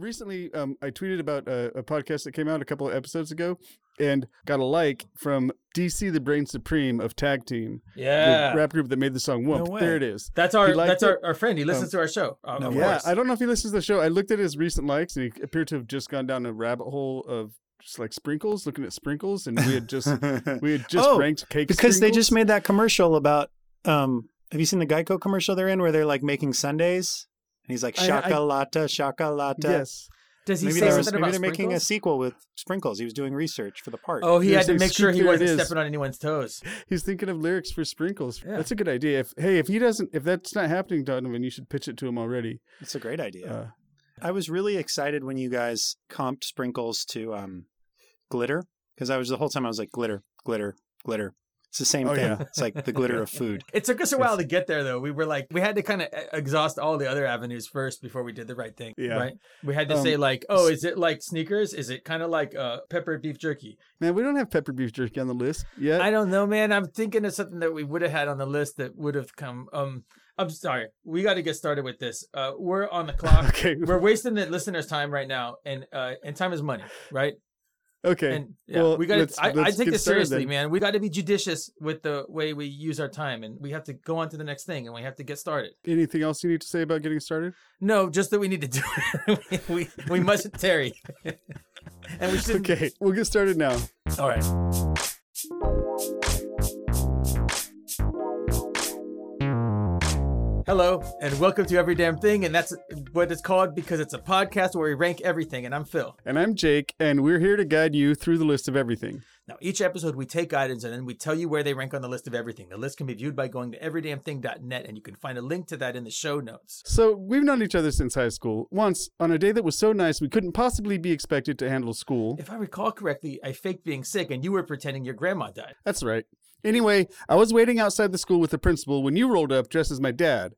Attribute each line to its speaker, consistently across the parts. Speaker 1: recently um, I tweeted about a, a podcast that came out a couple of episodes ago and got a like from DC the Brain Supreme of Tag Team,
Speaker 2: Yeah.
Speaker 1: the rap group that made the song Whoop.
Speaker 3: way.
Speaker 1: there it is.
Speaker 2: That's our
Speaker 1: He liked
Speaker 2: that's
Speaker 1: it.
Speaker 2: our, our friend. He listens to our show. Uh,
Speaker 3: no
Speaker 2: of
Speaker 3: way.
Speaker 1: yeah,
Speaker 2: course.
Speaker 1: I don't know if he listens to the show. I looked at his recent likes and he appeared to have just gone down a rabbit hole of just like sprinkles, looking at sprinkles, and we had just we had just
Speaker 3: Oh,
Speaker 1: ranked cake
Speaker 3: because they
Speaker 1: sprinkles.
Speaker 3: just made that commercial about. Um, have you seen the Geico commercial they're in where they're like making Sundays? And he's like,
Speaker 1: I- I-
Speaker 3: shakalata, shakalata.
Speaker 1: yes.
Speaker 2: Does he
Speaker 3: Maybe,
Speaker 2: say
Speaker 3: they
Speaker 2: something
Speaker 3: were,
Speaker 2: about
Speaker 3: maybe they're making a
Speaker 2: sprinkles?
Speaker 3: sequel with Sprinkles. He was doing research for the part.
Speaker 2: Oh, he
Speaker 1: You're
Speaker 2: had to
Speaker 1: saying
Speaker 2: make sure he
Speaker 1: sprinkler it
Speaker 2: wasn't
Speaker 1: is.
Speaker 2: stepping on anyone's toes.
Speaker 1: He's thinking of lyrics for sprinkles.
Speaker 2: Yeah.
Speaker 1: That's a good idea. If hey, if he doesn't, if that's not happening, Donovan, you should pitch it to him already.
Speaker 3: It's a great idea.
Speaker 1: Uh,
Speaker 3: I was really excited when you guys comped Sprinkles to um, Glitter because I was the whole time I was like, Glitter, Glitter, Glitter. It's the same
Speaker 1: Oh,
Speaker 3: thing.
Speaker 1: yeah.
Speaker 3: It's like the glitter of food.
Speaker 2: It took us a while to get there, though. We were like, we had to kind of exhaust all the other avenues first before we did the right thing.
Speaker 1: Yeah.
Speaker 2: Right? We had to
Speaker 1: Um,
Speaker 2: say like, oh, is it like sneakers? Is it kind of like uh, pepper beef jerky?
Speaker 1: man, we don't have pepper beef jerky on the list yet.
Speaker 2: I don't know, man. I'm thinking of something that we would have had on the list that would have come. Um, I'm sorry. We got to get started with this. Uh, we're on the clock.
Speaker 1: okay,
Speaker 2: we're wasting the listeners' time right now, and uh, and time is money, right?
Speaker 1: okay.
Speaker 2: And yeah,
Speaker 1: Well,
Speaker 2: we got
Speaker 1: let's-
Speaker 2: to. I, I
Speaker 1: let's
Speaker 2: take
Speaker 1: get
Speaker 2: this
Speaker 1: started
Speaker 2: seriously,
Speaker 1: then.
Speaker 2: man. We got to be judicious with the way we use our time, and we have to go on to the next thing, and we have to get started.
Speaker 1: Anything else you need to say about getting started?
Speaker 2: No, just that we need to do it. we, we we mustn't tarry, and we should. not
Speaker 1: Okay, we'll get started now.
Speaker 2: All right. Hello, and welcome to Every Damn Thing, and that's what it's called because it's a podcast where we rank everything. And I'm Phil.
Speaker 1: And I'm Jake, and we're here to guide you through the list of everything.
Speaker 2: Now, each episode we take items and then we tell you where they rank on the list of everything. The list can be viewed by going to everydamnthing.net, and you can find a link to that in the show notes.
Speaker 1: So we've known each other since high school. Once on a day that was so nice, we couldn't possibly be expected to handle school.
Speaker 2: If I recall correctly, I faked being sick, and you were pretending your grandma died.
Speaker 1: That's right. Anyway, I was waiting outside the school with the principal when you rolled up dressed as my dad.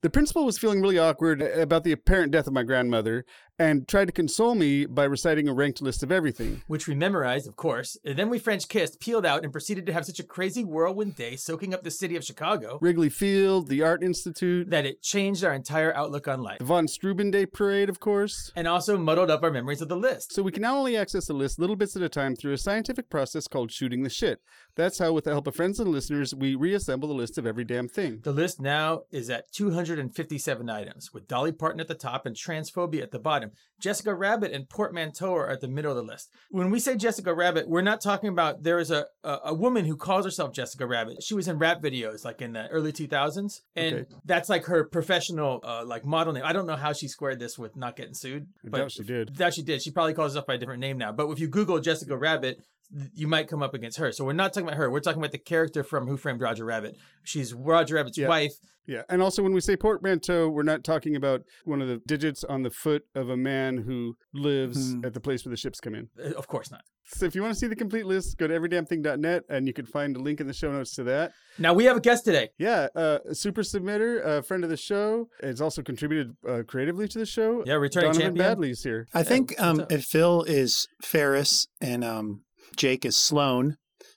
Speaker 1: The principal was feeling really awkward about the apparent death of my grandmother and tried to console me by reciting a ranked list of everything.
Speaker 2: which we memorized, of course. And then we French kissed, peeled out, and proceeded to have such a crazy whirlwind day soaking up the city of Chicago
Speaker 1: Wrigley Field, the Art Institute,
Speaker 2: that it changed our entire outlook on life
Speaker 1: the Von Steuben Day Parade, of course.
Speaker 2: and also muddled up our memories of the list.
Speaker 1: So we can now only access the list little bits at a time through a scientific process called shooting the shit. That's how, with the help of friends and listeners, we reassemble the list of every damn thing.
Speaker 2: The list now is at 257 items, with Dolly Parton at the top and transphobia at the bottom. Jessica Rabbit and portmanteau are at the middle of the list. When we say Jessica Rabbit, we're not talking about there is a, a, a woman who calls herself Jessica Rabbit. She was in rap videos like in the early 2000s, and
Speaker 1: Okay.
Speaker 2: that's like her professional uh, like model name. I don't know how she squared this with not getting sued,
Speaker 1: I
Speaker 2: but
Speaker 1: doubt she did.
Speaker 2: that she did. She probably calls herself by a different name now. But if you Google Jessica Rabbit, th- you might come up against her. So we're not talking about her. We're talking about the character from Who Framed Roger Rabbit. She's Roger Rabbit's
Speaker 1: Yeah.
Speaker 2: wife.
Speaker 1: Yeah. And also, when we say portmanteau, we're not talking about one of the digits on the foot of a man who lives
Speaker 3: Hmm.
Speaker 1: at the place where the ships come in.
Speaker 2: Uh, Of course not.
Speaker 1: So if you want to see the complete list, go to everydamnthing.net and you can find a link in the show notes to that.
Speaker 2: Now we have a guest today.
Speaker 1: Yeah. Uh, a super submitter, a friend of the show, has also contributed uh, creatively to the show.
Speaker 2: Yeah, returning
Speaker 1: Donovan
Speaker 2: champion.
Speaker 1: Badley's here.
Speaker 3: I think
Speaker 2: what's
Speaker 3: um,
Speaker 2: up?
Speaker 3: if Phil is Ferris and um, Jake is Sloan,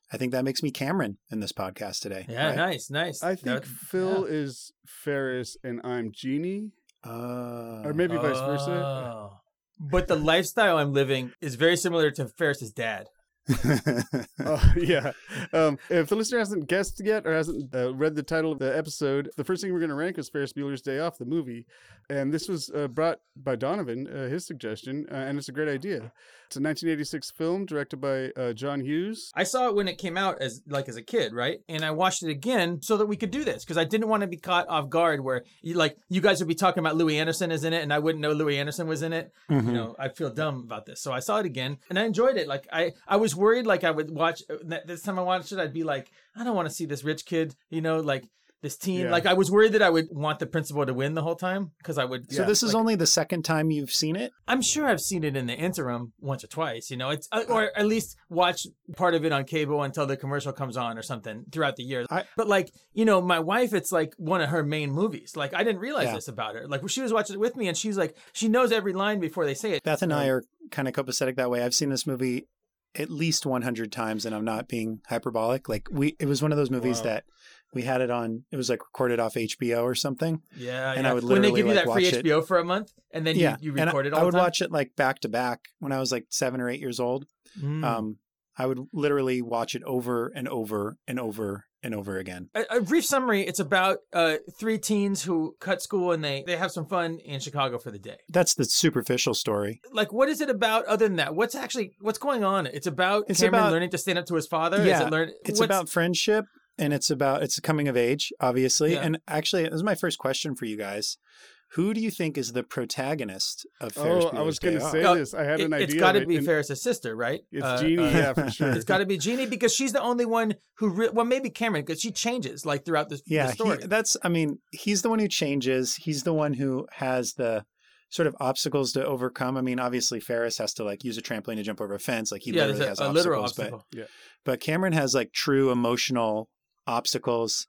Speaker 3: I think that makes me Cameron in this podcast today.
Speaker 2: Yeah,
Speaker 3: right?
Speaker 2: nice, nice.
Speaker 1: I think
Speaker 2: That-
Speaker 1: Phil is Ferris and I'm Genie,
Speaker 3: Uh,
Speaker 1: or maybe vice versa.
Speaker 2: Oh. But the lifestyle I'm living is very similar to Ferris's dad.
Speaker 1: Oh, yeah. Um, if the listener hasn't guessed yet or hasn't uh, read the title of the episode, the first thing we're going to rank is Ferris Bueller's Day Off, the movie. And this was uh, brought by Donovan, uh, his suggestion, uh, and it's a great idea. It's a 1986 film directed by uh, John Hughes.
Speaker 2: I saw it when it came out as like as a kid, right? And I watched it again so that we could do this because I didn't want to be caught off guard where you like you guys would be talking about Louis Anderson is in it and I wouldn't know Louis Anderson was in it.
Speaker 3: Mhm.
Speaker 2: you know i feel dumb about this so i saw it again and i enjoyed it like i i was worried like i would watch uh, that this time i watched it i'd be like i don't want to see this rich kid you know like this teen
Speaker 1: Yeah.
Speaker 2: like i was worried that i would want the principal to win the whole time because i would
Speaker 3: So
Speaker 1: Yeah,
Speaker 3: this is
Speaker 2: like-
Speaker 3: only the second time you've seen it.
Speaker 2: i'm sure i've seen it in the interim once or twice you know it's uh, or at least watch part of it on cable until the commercial comes on or something throughout the year
Speaker 3: I-
Speaker 2: but like you know my wife it's like one of her main movies like i didn't realize
Speaker 3: Yeah.
Speaker 2: this about her like she was watching it with me and she's like she knows every line before they say it
Speaker 3: Beth and I
Speaker 2: Um,
Speaker 3: are kind of copacetic that way. I've seen this movie at least 100 times, and I'm not being hyperbolic. Like we, it was one of those movies
Speaker 1: Wow.
Speaker 3: that we had it on. It was like recorded off HBO or something.
Speaker 2: Yeah,
Speaker 3: And
Speaker 2: yeah.
Speaker 3: I would
Speaker 2: when they
Speaker 3: literally,
Speaker 2: give you
Speaker 3: like,
Speaker 2: that free
Speaker 3: watch it.
Speaker 2: HBO for a month, and then
Speaker 3: yeah,
Speaker 2: you, you
Speaker 3: and I-
Speaker 2: record it all
Speaker 3: I would
Speaker 2: the time.
Speaker 3: watch it like back to back when I was like seven or eight years old.
Speaker 2: Mm.
Speaker 3: Um, I would literally watch it over and over and over and over again.
Speaker 2: a, a brief summary: It's about uh, three teens who cut school and they they have some fun in Chicago for the day.
Speaker 3: That's the superficial story.
Speaker 2: Like, what is it about other than that? What's actually what's going on? It's about
Speaker 3: It's
Speaker 2: Cameron
Speaker 3: about-
Speaker 2: learning to stand up to his father.
Speaker 3: Yeah,
Speaker 2: is it learn,
Speaker 3: It's
Speaker 2: what's-
Speaker 3: about friendship and it's about it's a coming of age, obviously.
Speaker 2: Yeah.
Speaker 3: And actually, this is my first question for you guys. Who do you think is the protagonist of Ferris
Speaker 1: oh, I was
Speaker 3: Bueller's
Speaker 1: going
Speaker 3: Day
Speaker 1: to
Speaker 3: Off?
Speaker 1: say
Speaker 2: No,
Speaker 1: this. I had
Speaker 2: It,
Speaker 1: an idea.
Speaker 2: has got
Speaker 1: of
Speaker 2: to
Speaker 1: it,
Speaker 2: be
Speaker 1: and
Speaker 2: Ferris's sister, right?
Speaker 1: It's
Speaker 2: Uh,
Speaker 1: Jeannie,
Speaker 2: uh,
Speaker 1: yeah, for sure.
Speaker 2: It's got to be Jeannie because she's the only one who, re- well, maybe Cameron because she changes like throughout this,
Speaker 3: Yeah,
Speaker 2: the
Speaker 3: he-
Speaker 2: story.
Speaker 3: that's. I mean, he's the one who changes. He's the one who has the sort of obstacles to overcome. I mean, obviously Ferris has to like use a trampoline to jump over a fence. Like he
Speaker 2: yeah,
Speaker 3: literally
Speaker 2: there's
Speaker 3: has
Speaker 2: a, a
Speaker 3: obstacles,
Speaker 2: literal
Speaker 3: but
Speaker 2: obstacle.
Speaker 3: but Cameron has like true emotional obstacles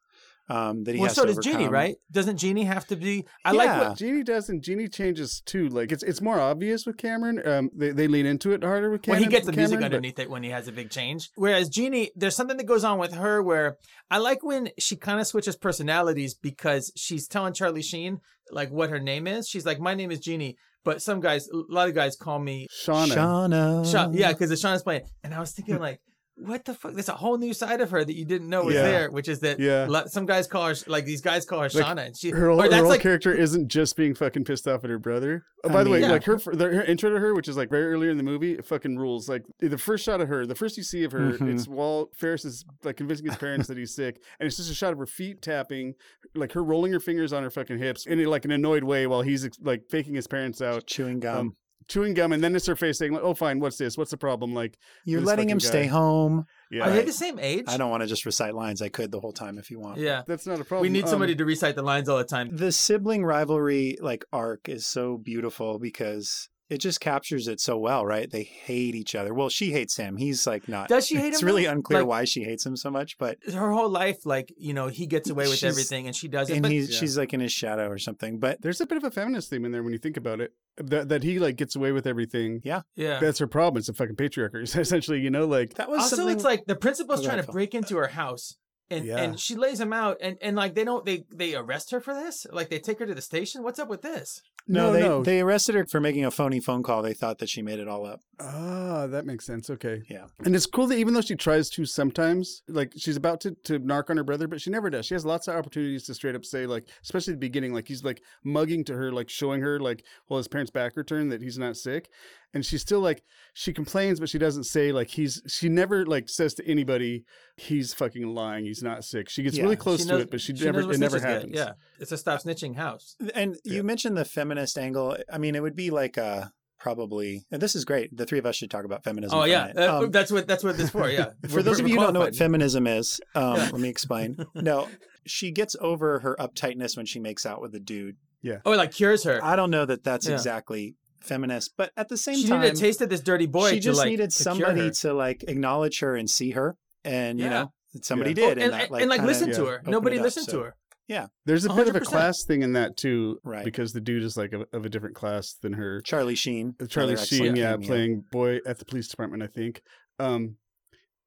Speaker 3: um, that he
Speaker 2: Well,
Speaker 3: has
Speaker 2: so
Speaker 3: to
Speaker 2: does Jeannie,
Speaker 3: overcome.
Speaker 2: right? Doesn't Jeannie have to be? I like what
Speaker 3: Yeah.
Speaker 1: Jeannie does, and Jeannie changes too. Like it's it's more obvious with Cameron. Um, they, they lean into it harder with
Speaker 2: Well,
Speaker 1: Cameron.
Speaker 2: he gets the music
Speaker 1: Cameron, but-
Speaker 2: underneath it when he has a big change. Whereas Jeannie, there's something that goes on with her where I like when she kind of switches personalities because she's telling Charlie Sheen like what her name is. She's like, "My name is Jeannie," but some guys, a lot of guys, call me
Speaker 1: Shauna.
Speaker 3: Shauna.
Speaker 1: Oh.
Speaker 2: Sha Yeah, because the Shauna's playing, and I was thinking like, "What the fuck?" There's a whole new side of her that you didn't know was
Speaker 1: Yeah.
Speaker 2: there, which is that
Speaker 1: Yeah.
Speaker 2: lo- some guys call her like these guys call her
Speaker 1: Like,
Speaker 2: Shauna, and she
Speaker 1: her whole,
Speaker 2: or
Speaker 1: her
Speaker 2: that's
Speaker 1: whole
Speaker 2: like
Speaker 1: character isn't just being fucking pissed off at her brother. Oh,
Speaker 3: I
Speaker 1: by the way,
Speaker 2: mean- Yeah.
Speaker 1: like her, fir- the, her intro to her, which is like very earlier in the movie, it fucking rules. Like the first shot of her, the first you see of her,
Speaker 3: Mhm.
Speaker 1: it's while Ferris is like convincing his parents that he's sick, and it's just a shot of her feet tapping, like her rolling her fingers on her fucking hips in like an annoyed way while he's ex- like faking his parents out,
Speaker 3: Chewing gum.
Speaker 2: Oh,
Speaker 1: Um, chewing gum, and then it's her face saying, like, "Oh, fine, what's this? What's the problem?" Like,
Speaker 3: You're
Speaker 1: this
Speaker 3: letting him
Speaker 1: fucking
Speaker 3: stay
Speaker 1: guy.
Speaker 3: home.
Speaker 1: yeah,
Speaker 2: are they
Speaker 3: Right.
Speaker 2: the same age?
Speaker 3: I don't want to just recite lines. I could the whole time if you want.
Speaker 2: Yeah,
Speaker 1: that's not a problem.
Speaker 2: we need
Speaker 1: Um,
Speaker 2: somebody to recite the lines all the time.
Speaker 3: The sibling rivalry like arc is so beautiful because it just captures it so well, right? They hate each other. Well, she hates him. He's like not.
Speaker 2: Does she hate him?
Speaker 3: it's really
Speaker 2: though?
Speaker 3: unclear
Speaker 2: Like,
Speaker 3: why she hates him so much, but
Speaker 2: her whole life, like you know, he gets away with
Speaker 3: She's-
Speaker 2: everything and she doesn't.
Speaker 3: and
Speaker 2: But
Speaker 3: he's
Speaker 1: Yeah.
Speaker 3: she's like in his shadow or something. But
Speaker 1: There's a bit of a feminist theme in there when you think about it. That that he like gets away with everything.
Speaker 2: yeah.
Speaker 1: That's her problem. It's a fucking patriarchy, essentially. You know, like
Speaker 3: that was
Speaker 2: Also,
Speaker 3: something.
Speaker 2: it's like the principal's
Speaker 3: Oh,
Speaker 2: trying
Speaker 3: go
Speaker 2: to
Speaker 3: ahead,
Speaker 2: break into her house, and
Speaker 1: Yeah.
Speaker 2: and she lays him out, and and like they don't they they arrest her for this. Like they take her to the station. What's up with this?
Speaker 3: no,
Speaker 1: No,
Speaker 3: they
Speaker 1: no.
Speaker 3: they arrested her for making a phony phone call. They thought that she made it all up.
Speaker 1: ah, that makes sense. Okay,
Speaker 3: Yeah.
Speaker 1: And it's cool that even though she tries to sometimes, like she's about to to narc on her brother, but she never does. She has lots of opportunities to straight up say, like, especially at the beginning, like he's like mugging to her, like showing her, like, well, his parents back are turned that he's not sick, and she's still like she complains, but she doesn't say like he's. She never like says to anybody he's fucking lying. He's not sick. She gets
Speaker 3: Yeah.
Speaker 1: really close
Speaker 2: knows-
Speaker 1: to it, but she,
Speaker 2: knows
Speaker 1: never
Speaker 2: what
Speaker 1: it never
Speaker 2: snitches get.
Speaker 1: happens.
Speaker 2: Yeah, it's a stop snitching house.
Speaker 3: And you mentioned the feminist angle. I mean, it would be like uh probably. And this is great. The three of us should talk about feminism.
Speaker 2: Oh
Speaker 3: for a
Speaker 2: yeah,
Speaker 3: minute.
Speaker 2: uh,
Speaker 3: Um,
Speaker 2: that's what that's what this for. Yeah,
Speaker 3: for those of you who don't know what
Speaker 2: qualified.
Speaker 3: feminism is, um,
Speaker 2: Yeah.
Speaker 3: let me explain. No, she gets over her uptightness when she makes out with the dude.
Speaker 2: oh, it, like cures her.
Speaker 3: I don't know that that's
Speaker 2: Yeah.
Speaker 3: exactly feminist, but at the same
Speaker 2: she
Speaker 3: time,
Speaker 2: needed a taste of this dirty boy.
Speaker 3: she
Speaker 2: to,
Speaker 3: just
Speaker 2: like,
Speaker 3: needed
Speaker 2: to cure
Speaker 3: somebody
Speaker 2: her.
Speaker 3: to like acknowledge her and see her, and you
Speaker 2: Yeah.
Speaker 3: know, somebody
Speaker 2: Oh,
Speaker 3: did,
Speaker 2: and,
Speaker 3: that,
Speaker 2: and, and, like
Speaker 3: kinda
Speaker 2: listen to
Speaker 1: yeah,
Speaker 2: her.
Speaker 3: opened
Speaker 2: Nobody
Speaker 3: it up,
Speaker 2: listened
Speaker 3: so-
Speaker 2: to her.
Speaker 1: There's a bit of a
Speaker 2: 100%.
Speaker 1: class thing in that too,
Speaker 3: Right.
Speaker 1: Because the dude is like a, of a different class than her.
Speaker 3: Charlie Sheen,
Speaker 1: Uh, Charlie
Speaker 3: another
Speaker 1: Sheen,
Speaker 3: excellent
Speaker 1: yeah,
Speaker 3: cameo.
Speaker 1: playing boy at the police department, I think. Um,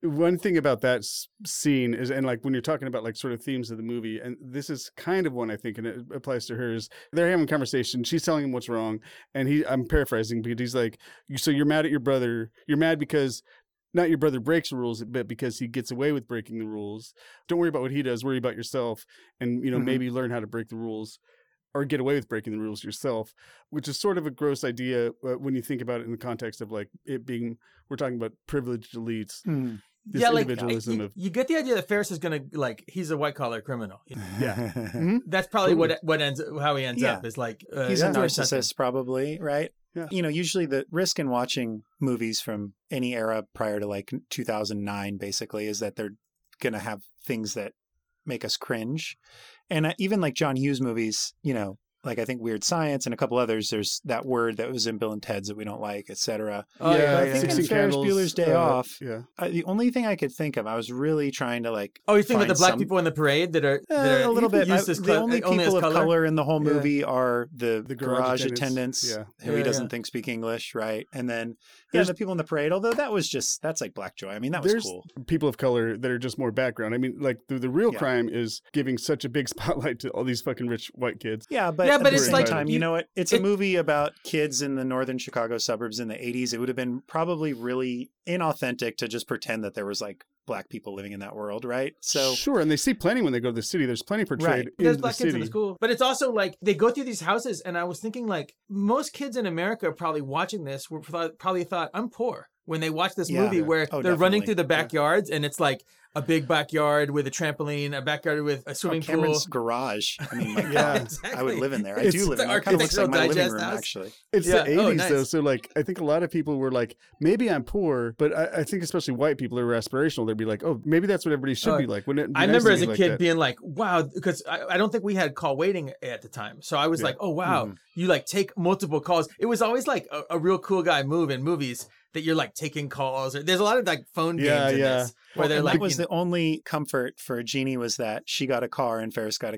Speaker 1: one thing about that s- scene is, and like when you're talking about like sort of themes of the movie, and this is kind of one I think, and it applies to her is they're having a conversation. She's telling him what's wrong, and he, I'm paraphrasing, but he's like, "You- "So you're mad at your brother? You're mad because." Not your brother breaks the rules, but because he gets away with breaking the rules. Don't worry about what he does. Worry about yourself, and you know
Speaker 3: Mhm.
Speaker 1: maybe learn how to break the rules, or get away with breaking the rules yourself which is sort of a gross idea uh, when you think about it in the context of like it being we're talking about privileged elites
Speaker 3: Hmm.
Speaker 1: this individualism
Speaker 2: you,
Speaker 1: of-
Speaker 2: you get the idea that Ferris is gonna like he's a white collar criminal.
Speaker 1: Yeah.
Speaker 2: That's probably
Speaker 1: Totally.
Speaker 2: what what ends how he ends
Speaker 3: Yeah.
Speaker 2: up is like uh,
Speaker 3: He's a
Speaker 2: doing something.
Speaker 3: narcissist, probably, right?
Speaker 1: Yeah.
Speaker 3: You know, usually the risk in watching movies from any era prior to like 2009, basically, is that they're going to have things that make us cringe. And uh, even like John Hughes movies, you know, like I think Weird Science and a couple others. There's that word that was in Bill and Ted's that we don't like, etc.
Speaker 2: Oh, yeah,
Speaker 3: I think in
Speaker 1: 16
Speaker 3: Ferris
Speaker 1: Candles, uh,
Speaker 3: Bueller's Day Off-
Speaker 1: Yeah.
Speaker 3: I, Uh, the only thing I could think of, I was really trying to like
Speaker 2: Oh, you think about
Speaker 3: Find
Speaker 2: the black
Speaker 3: some-
Speaker 2: people in the parade that are,
Speaker 3: Uh,
Speaker 2: that are
Speaker 3: a little bit. I-
Speaker 2: used as
Speaker 3: the
Speaker 2: col-
Speaker 3: only people
Speaker 2: as
Speaker 3: of color. in the whole
Speaker 1: Yeah.
Speaker 3: movie are the,
Speaker 1: The garage
Speaker 3: garage,
Speaker 1: attendants.
Speaker 3: attendants,
Speaker 1: Yeah.
Speaker 3: who
Speaker 2: Yeah,
Speaker 3: he doesn't
Speaker 2: yeah.
Speaker 3: think speak English, right? And then yeah,
Speaker 1: There's-
Speaker 3: the people in the parade. Although that was just that's like Black Joy. I mean, that was
Speaker 1: There's-
Speaker 3: cool.
Speaker 1: People of color that are just more background. I mean, like the, the real
Speaker 3: Yeah.
Speaker 1: crime is giving such a big spotlight to all these fucking rich white kids.
Speaker 3: Yeah, but
Speaker 2: Yeah,
Speaker 3: at
Speaker 2: but
Speaker 3: the
Speaker 1: it's
Speaker 3: same
Speaker 1: like
Speaker 3: time,
Speaker 2: you-
Speaker 3: you know what? It's
Speaker 2: it-
Speaker 3: a movie about kids in the northern Chicago suburbs in the '80s. It would have been probably really inauthentic to just pretend that there was like black people living in that world, right? So oh,
Speaker 1: sure, and they see plenty when they go to the city. There's plenty portrayed in
Speaker 2: There's
Speaker 1: the
Speaker 2: black
Speaker 1: city.
Speaker 2: kids in the school, but it's also like they go through these houses, and I was thinking like most kids in America are probably watching this were pro- probably thought I'm poor when they watch this
Speaker 3: Yeah.
Speaker 2: movie
Speaker 3: Yeah.
Speaker 2: where
Speaker 3: Oh,
Speaker 2: they're running
Speaker 3: definitely.
Speaker 2: through the
Speaker 3: Yeah.
Speaker 2: backyards and it's like a big backyard with a trampoline, a backyard with a
Speaker 3: oh,
Speaker 2: swimming pool.
Speaker 3: Cameron's garage. I mean, my
Speaker 1: Yeah.
Speaker 3: God, I would live in there. I
Speaker 1: It's-
Speaker 3: do live
Speaker 2: the
Speaker 3: in there. It kind of looks like my
Speaker 2: Architectural
Speaker 3: living
Speaker 2: Digest
Speaker 3: room,
Speaker 2: house.
Speaker 3: actually.
Speaker 1: It's the
Speaker 2: Yeah.
Speaker 1: 80s
Speaker 2: Oh, nice.
Speaker 1: though, so like I think a lot of people were like, maybe I'm poor, but I, I think especially white people who are aspirational. They'd be like, oh, maybe that's what everybody should
Speaker 2: Oh,
Speaker 1: be like. Wouldn't it be
Speaker 2: I
Speaker 1: nice
Speaker 2: remember
Speaker 1: to
Speaker 2: as a
Speaker 1: be like
Speaker 2: kid
Speaker 1: that?
Speaker 2: being like, wow, because I, I don't think we had call waiting at the time. So I was
Speaker 1: Yeah. Mm-hmm.
Speaker 2: like, oh, wow,
Speaker 3: Mhm.
Speaker 2: you like take multiple calls. It was always like a, a real cool guy move in movies that you're like taking calls. Or, there's a lot of like phone
Speaker 1: Yeah,
Speaker 2: games in
Speaker 1: yeah.
Speaker 2: this where
Speaker 3: Well,
Speaker 2: they're
Speaker 3: and
Speaker 2: like,
Speaker 3: that was
Speaker 2: you know-
Speaker 3: the only comfort for Jeannie was that she got a car and Ferris got a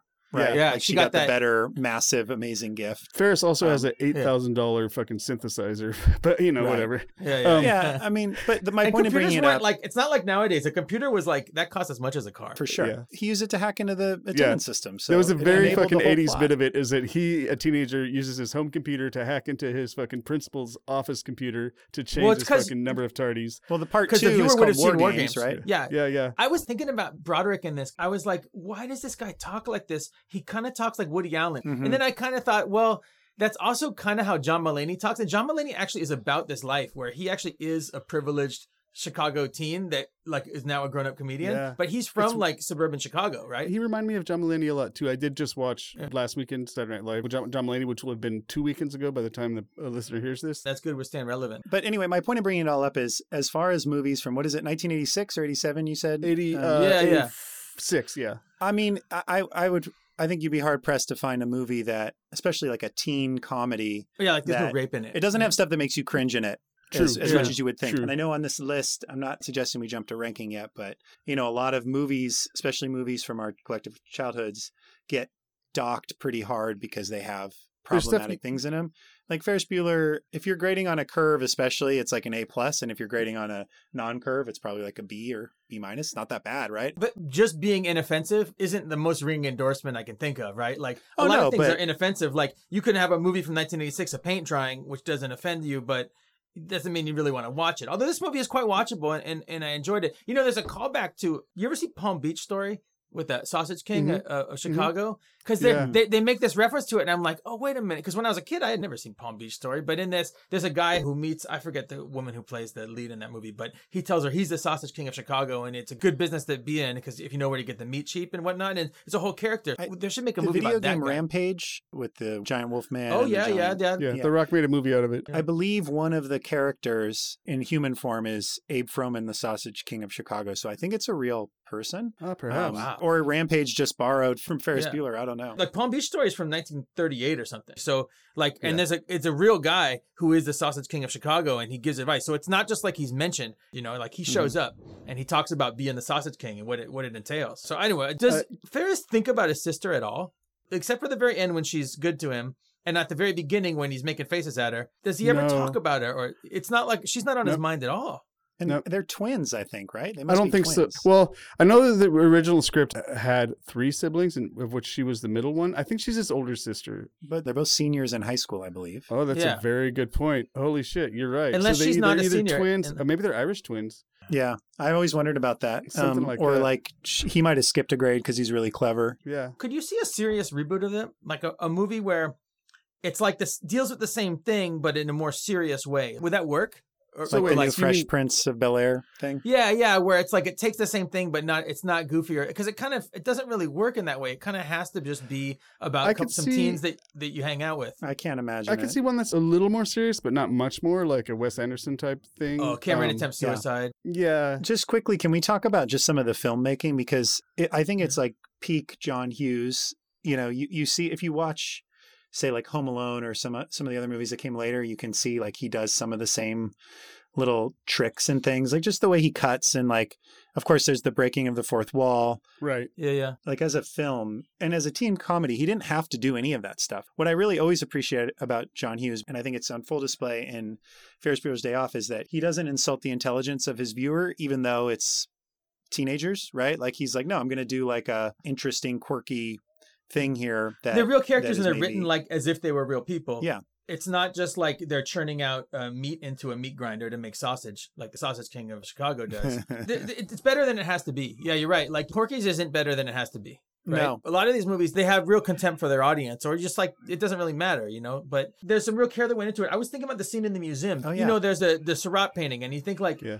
Speaker 1: Yeah.
Speaker 3: Right.
Speaker 2: Yeah,
Speaker 3: Like
Speaker 2: she
Speaker 3: she,
Speaker 2: got
Speaker 3: got,
Speaker 2: that-
Speaker 3: the better, massive, amazing gift.
Speaker 1: Ferris also
Speaker 3: Um,
Speaker 1: has an eight thousand dollar fucking synthesizer, but you know
Speaker 3: Right.
Speaker 1: whatever.
Speaker 2: yeah, yeah.
Speaker 1: um,
Speaker 3: yeah. I mean, but the, my
Speaker 2: and
Speaker 3: point of
Speaker 2: computers
Speaker 3: bringing it
Speaker 2: weren't
Speaker 3: up
Speaker 2: like it's not like nowadays. A computer was like that costs as much as a car.
Speaker 3: for sure,
Speaker 1: Yeah.
Speaker 3: he used it to hack into the attendance system. So
Speaker 1: there was a
Speaker 3: it
Speaker 1: very
Speaker 3: enabled the
Speaker 1: fucking
Speaker 3: whole
Speaker 1: 80s
Speaker 3: plot.
Speaker 1: bit of it is that he, a teenager, uses his home computer to hack into his fucking principal's office computer to change
Speaker 2: it's
Speaker 1: his
Speaker 2: 'cause-
Speaker 1: fucking number of tardies.
Speaker 3: Well, the part two
Speaker 2: Because the viewer
Speaker 3: is
Speaker 2: would
Speaker 3: called
Speaker 2: have
Speaker 3: War
Speaker 2: seen
Speaker 3: Games,
Speaker 2: war games,
Speaker 3: right?
Speaker 2: Yeah.
Speaker 1: Yeah, yeah.
Speaker 2: I was thinking about Broderick in this. I was like, why does this guy talk like this? He kind of talks like Woody Allen.
Speaker 3: Mhm.
Speaker 2: And then I kind of thought, well, that's also kind of how John Mulaney talks. And John Mulaney actually is about this life where he actually is a privileged Chicago teen that like is now a grown up comedian.
Speaker 1: Yeah.
Speaker 2: But he's from
Speaker 1: It's-
Speaker 2: like suburban Chicago, right?
Speaker 1: He reminded me of John Mulaney a lot too. I did just watch
Speaker 2: Yeah.
Speaker 1: last weekend Saturday Night Live with John, John Mulaney, which will have been two weekends ago by the time the uh, listener hears this.
Speaker 2: That's good. We're staying relevant.
Speaker 3: But anyway, my point of bringing it all up is, as far as movies from what is it, 1986 or 87? You said
Speaker 1: Eighty,
Speaker 3: Um,
Speaker 1: uh,
Speaker 2: yeah, yeah.
Speaker 1: six, yeah.
Speaker 3: I mean, I, I I would, I think you'd be hard pressed to find a movie that, especially like a teen comedy,
Speaker 2: Yeah, like there's no
Speaker 3: That-
Speaker 2: rape in it.
Speaker 3: It doesn't have stuff that makes you cringe in it
Speaker 1: True,
Speaker 3: as, as
Speaker 2: yeah,
Speaker 3: much as you would think.
Speaker 1: true.
Speaker 3: And I know on this list, I'm not suggesting we jump to ranking yet, but you know, a lot of movies, especially movies from our collective childhoods, get docked pretty hard because they have
Speaker 1: There's stuff
Speaker 3: problematic things in them. Like Ferris Bueller, if you're grading on a curve, especially, it's like an A plus, and if you're grading on a non-curve, it's probably like a B or B minus. Not that bad, right?
Speaker 2: But just being inoffensive isn't the most ringing endorsement I can think of, right? Like a
Speaker 3: Oh,
Speaker 2: lot
Speaker 3: no,
Speaker 2: of things
Speaker 3: but-
Speaker 2: are inoffensive. Like you can have a movie from 1986, a paint drying, which doesn't offend you, but it doesn't mean you really want to watch it. Although this movie is quite watchable and, and, and I enjoyed it. You know, there's a callback to you ever see Palm Beach Story with that Sausage King
Speaker 3: Mm-hmm.
Speaker 1: Mhm.
Speaker 2: uh, of Chicago? Because they
Speaker 1: Yeah.
Speaker 2: they they make this reference to it, and I'm like, oh wait a minute. Because when I was a kid, I had never seen Palm Beach Story, but in this, there's a guy who meets I forget the woman who plays the lead in that movie, but he tells her he's the Sausage King of Chicago, and it's a good business to be in because if you know where to get the meat cheap and whatnot, and it's a whole character.
Speaker 3: I-
Speaker 2: there should make a
Speaker 3: the
Speaker 2: movie
Speaker 3: video
Speaker 2: about that.
Speaker 3: game
Speaker 2: guy.
Speaker 3: Rampage with the giant wolf man.
Speaker 2: oh
Speaker 3: and the
Speaker 2: yeah, yeah,
Speaker 3: giant-
Speaker 2: yeah,
Speaker 1: yeah,
Speaker 3: Yeah.
Speaker 1: The Rock made a movie out of it.
Speaker 2: Yeah.
Speaker 3: I believe one of the characters in human form is Abe Froman, the Sausage King of Chicago. So I think it's a real person.
Speaker 1: Ah, perhaps.
Speaker 3: Um,
Speaker 2: Wow.
Speaker 3: Or Rampage just borrowed from Ferris
Speaker 2: Yeah.
Speaker 3: Bueller. I don't know.
Speaker 2: Like Palm Beach Story is from 1938 or something. So like, and
Speaker 1: Yeah.
Speaker 2: there's a it's a real guy who is the Sausage King of Chicago, and he gives advice. So it's not just like he's mentioned. You know, like he
Speaker 1: Mm-hmm.
Speaker 2: shows up and he talks about being the Sausage King and what it what it entails. So anyway,
Speaker 1: Uh,
Speaker 2: does Ferris think about his sister at all, except for the very end when she's good to him? And at the very beginning, when he's making faces at her, does he ever
Speaker 1: No.
Speaker 2: talk about her? Or it's not like she's not on his
Speaker 1: Nope.
Speaker 2: mind at all.
Speaker 3: and
Speaker 1: Nope.
Speaker 3: they're twins, I think, right? They
Speaker 1: I
Speaker 3: must
Speaker 1: don't
Speaker 3: be
Speaker 1: think
Speaker 3: twins.
Speaker 1: so. Well, I know that the original script had three siblings, and of which she was the middle one. I think she's his older sister.
Speaker 3: but they're both seniors in high school, I believe.
Speaker 1: Oh, that's
Speaker 2: Yeah.
Speaker 1: a very good point. Holy shit, you're right.
Speaker 2: Unless
Speaker 1: they,
Speaker 2: she's
Speaker 1: they're
Speaker 2: not a
Speaker 1: either
Speaker 2: senior
Speaker 1: twins,
Speaker 2: and-
Speaker 1: or maybe they're Irish twins.
Speaker 3: Yeah. I always wondered about that. um,
Speaker 1: Something like
Speaker 3: or
Speaker 1: that.
Speaker 3: like sh- he might have skipped a grade because he's really clever.
Speaker 1: Yeah,
Speaker 2: Could you see a serious reboot of them, like a, a movie where it's like this deals with the same thing but in a more serious way? Would that work? Or,
Speaker 1: So
Speaker 2: or
Speaker 3: like
Speaker 1: wait,
Speaker 3: the
Speaker 1: like,
Speaker 3: new
Speaker 1: you
Speaker 3: Fresh
Speaker 1: mean-
Speaker 3: Prince of Bel Air thing.
Speaker 2: yeah, yeah, where it's like it takes the same thing but not it's not goofy or because it kind of it doesn't really work in that way. It kind of has to just be about
Speaker 1: I
Speaker 2: a couple-
Speaker 1: could
Speaker 2: some
Speaker 1: see-
Speaker 2: teens that that you hang out with.
Speaker 3: I can't imagine.
Speaker 1: I can
Speaker 3: it.
Speaker 1: see one that's a little more serious, but not much more, like a Wes Anderson type thing.
Speaker 2: Oh, Cameron
Speaker 1: Um,
Speaker 2: attempts
Speaker 3: yeah.
Speaker 2: suicide.
Speaker 1: Yeah,
Speaker 3: just quickly, can we talk about just some of the filmmaking because it, I think it's like peak John Hughes you know, you, you see if you watch say like Home Alone or some uh, some of the other movies that came later, you can see like he does some of the same little tricks and things, like just the way he cuts and like of course there's the breaking of the fourth wall.
Speaker 1: Right.
Speaker 2: Yeah, yeah.
Speaker 3: Like as a film and as a teen comedy, he didn't have to do any of that stuff. What I really always appreciate about John Hughes, and I think it's on full display in Ferris Bueller's Day Off, is that he doesn't insult the intelligence of his viewer, even though it's teenagers, right? Like he's like, no, I'm going to do like a interesting, quirky thing here. That
Speaker 2: they're real characters and
Speaker 3: that is
Speaker 2: they're
Speaker 3: maybe-
Speaker 2: written like as if they were real people.
Speaker 3: Yeah.
Speaker 2: It's not just like they're churning out uh, meat into a meat grinder to make sausage, like the Sausage King of Chicago does. Th- th- it's better than it has to be. Yeah, you're right. Like Porky's isn't better than it has to be. Right?
Speaker 3: No.
Speaker 2: A lot of these movies, they have real contempt for their audience, or just like it doesn't really matter, you know. But there's some real care that went into it. I was thinking about the scene in the museum.
Speaker 3: Oh,
Speaker 2: You
Speaker 3: yeah.
Speaker 2: know, there's a the Seurat painting, and you think like,
Speaker 1: Yeah.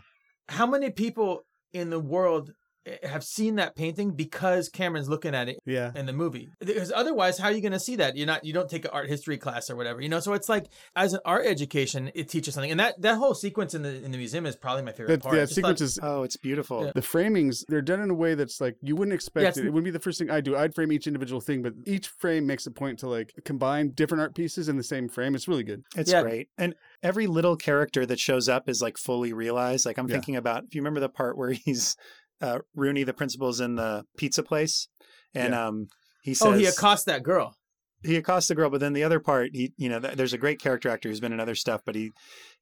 Speaker 2: how many people in the world eh, have seen that painting because Cameron's looking at it
Speaker 1: Yeah.
Speaker 2: in the movie because otherwise how are you going to see that you're not you don't take an art history class or whatever you know so it's like as an art education it teaches something and that that whole sequence in the in the museum is probably my favorite
Speaker 1: That,
Speaker 2: part
Speaker 1: that
Speaker 2: Just
Speaker 1: sequence
Speaker 2: like-
Speaker 1: is
Speaker 3: Oh, it's beautiful.
Speaker 2: Yeah.
Speaker 1: the framings they're done in a way that's like you wouldn't expect
Speaker 2: Yes.
Speaker 1: it. It wouldn't be the first thing I do. I'd frame each individual thing, but each frame makes a point to like combine different art pieces in the same frame. It's really good.
Speaker 3: It's
Speaker 2: Yeah.
Speaker 3: great. And every little character that shows up is like fully realized. Like I'm
Speaker 1: Yeah.
Speaker 3: thinking about if you remember the part where he's uh Rooney the principal's in the pizza place and um he says
Speaker 2: oh he accosts that girl
Speaker 3: he accosts the girl, but then the other part, he you know, th- there's a great character actor who's been in other stuff, but he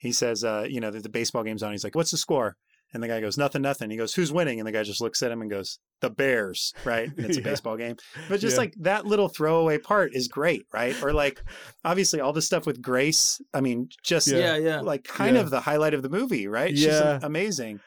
Speaker 3: he says, uh, you know, that the baseball game's on. He's like, "What's the score?" And the guy goes, "Nothing, nothing." He goes, "Who's winning?" And the guy just looks at him and goes, "The Bears," right? And it's a
Speaker 1: Yeah.
Speaker 3: baseball game, but just
Speaker 1: Yeah.
Speaker 3: like that little throwaway part is great, right? Or like, obviously, all the stuff with Grace. I mean, just
Speaker 2: yeah yeah,
Speaker 3: like kind
Speaker 1: Yeah.
Speaker 3: of the highlight of the movie, right? She's
Speaker 1: Yeah.
Speaker 3: a- amazing.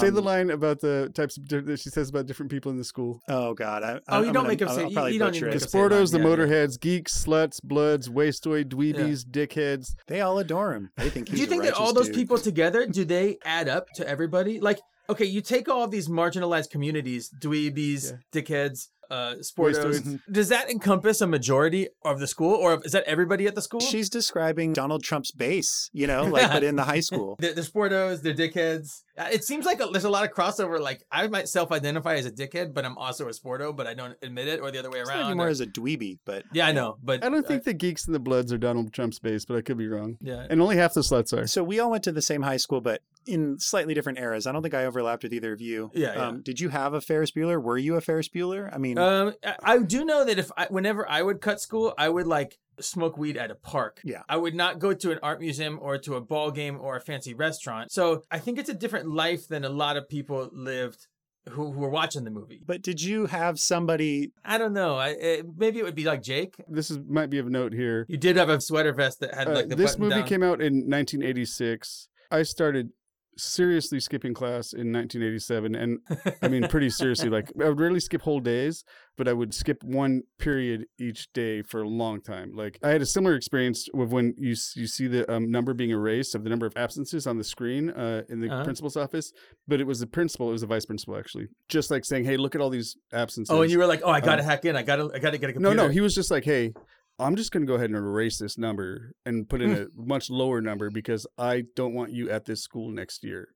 Speaker 1: Say the
Speaker 3: Um,
Speaker 1: line about the types of, that she says about different people in the school.
Speaker 3: Oh God! I,
Speaker 2: Oh, you
Speaker 3: I'm
Speaker 2: don't
Speaker 3: gonna-
Speaker 2: make him
Speaker 3: I'll-
Speaker 2: say-
Speaker 3: I'll
Speaker 2: you-
Speaker 3: probably
Speaker 2: you don't
Speaker 3: butcher
Speaker 2: even
Speaker 1: The
Speaker 2: make
Speaker 3: it.
Speaker 2: him- same
Speaker 1: sportos, the
Speaker 2: line, yeah,
Speaker 1: motorheads, geeks, sluts, bloods, wastoid, dweebies, dickheads.
Speaker 3: They all adore him. They think. He's
Speaker 2: do you
Speaker 3: a
Speaker 2: think that all
Speaker 3: righteous
Speaker 2: those
Speaker 3: dude.
Speaker 2: people together do they add up to everybody like okay you take all these marginalized communities dweebies dickheads uh sportos
Speaker 1: Wastoids.
Speaker 3: Mm-hmm.
Speaker 2: does that encompass a majority of the school or is that everybody at the school
Speaker 3: She's describing Donald Trump's base, you know, like but in the high school.
Speaker 2: They're, they're sportos. They're dickheads. Uh, It seems like a, there's a lot of crossover. Like I might self-identify as a dickhead, but I'm also a sporto, but I don't admit it, or the other way
Speaker 3: It's not
Speaker 2: around.
Speaker 3: anymore
Speaker 2: or-
Speaker 3: as a dweeby, but
Speaker 2: yeah, I know, but uh,
Speaker 1: I don't think the geeks and the bloods are Donald Trump's base, but I could be wrong.
Speaker 2: yeah,
Speaker 1: And only half the sluts are.
Speaker 3: so we all went to the same high school, but in slightly different eras. I don't think I overlapped with either of you.
Speaker 2: Yeah, yeah.
Speaker 3: Um, Did you have a Ferris Bueller? Were you a Ferris Bueller? I mean,
Speaker 2: um, I, I do know that if I, whenever I would cut school, I would like smoke weed at a park.
Speaker 3: Yeah.
Speaker 2: I would not go to an art museum or to a ball game or a fancy restaurant. So I think it's a different life than a lot of people lived who, who were watching the movie.
Speaker 3: but did you have somebody?
Speaker 2: I don't know. I, it, maybe it would be like Jake.
Speaker 1: This is might be of note here.
Speaker 2: You did have a sweater vest that had
Speaker 1: Uh,
Speaker 2: like the
Speaker 1: this
Speaker 2: button
Speaker 1: movie
Speaker 2: down.
Speaker 1: came out in 1986. I started seriously skipping class in 1987, and I mean pretty seriously. Like I would rarely skip whole days, but I would skip one period each day for a long time. Like I had a similar experience with when you s- you see the um, number being erased of the number of absences on the screen uh, in the
Speaker 2: Uh-huh.
Speaker 1: principal's office, but it was the principal, it was the vice principal actually, just like saying, "Hey, look at all these absences."
Speaker 2: Oh, and you were like, "Oh, I gotta
Speaker 1: Um,
Speaker 2: hack in. I gotta, I gotta get a
Speaker 1: No,
Speaker 2: computer."
Speaker 1: no, he was just like, "Hey, I'm just going to go ahead and erase this number and put in
Speaker 2: Hmm.
Speaker 1: a much lower number because I don't want you at this school next year."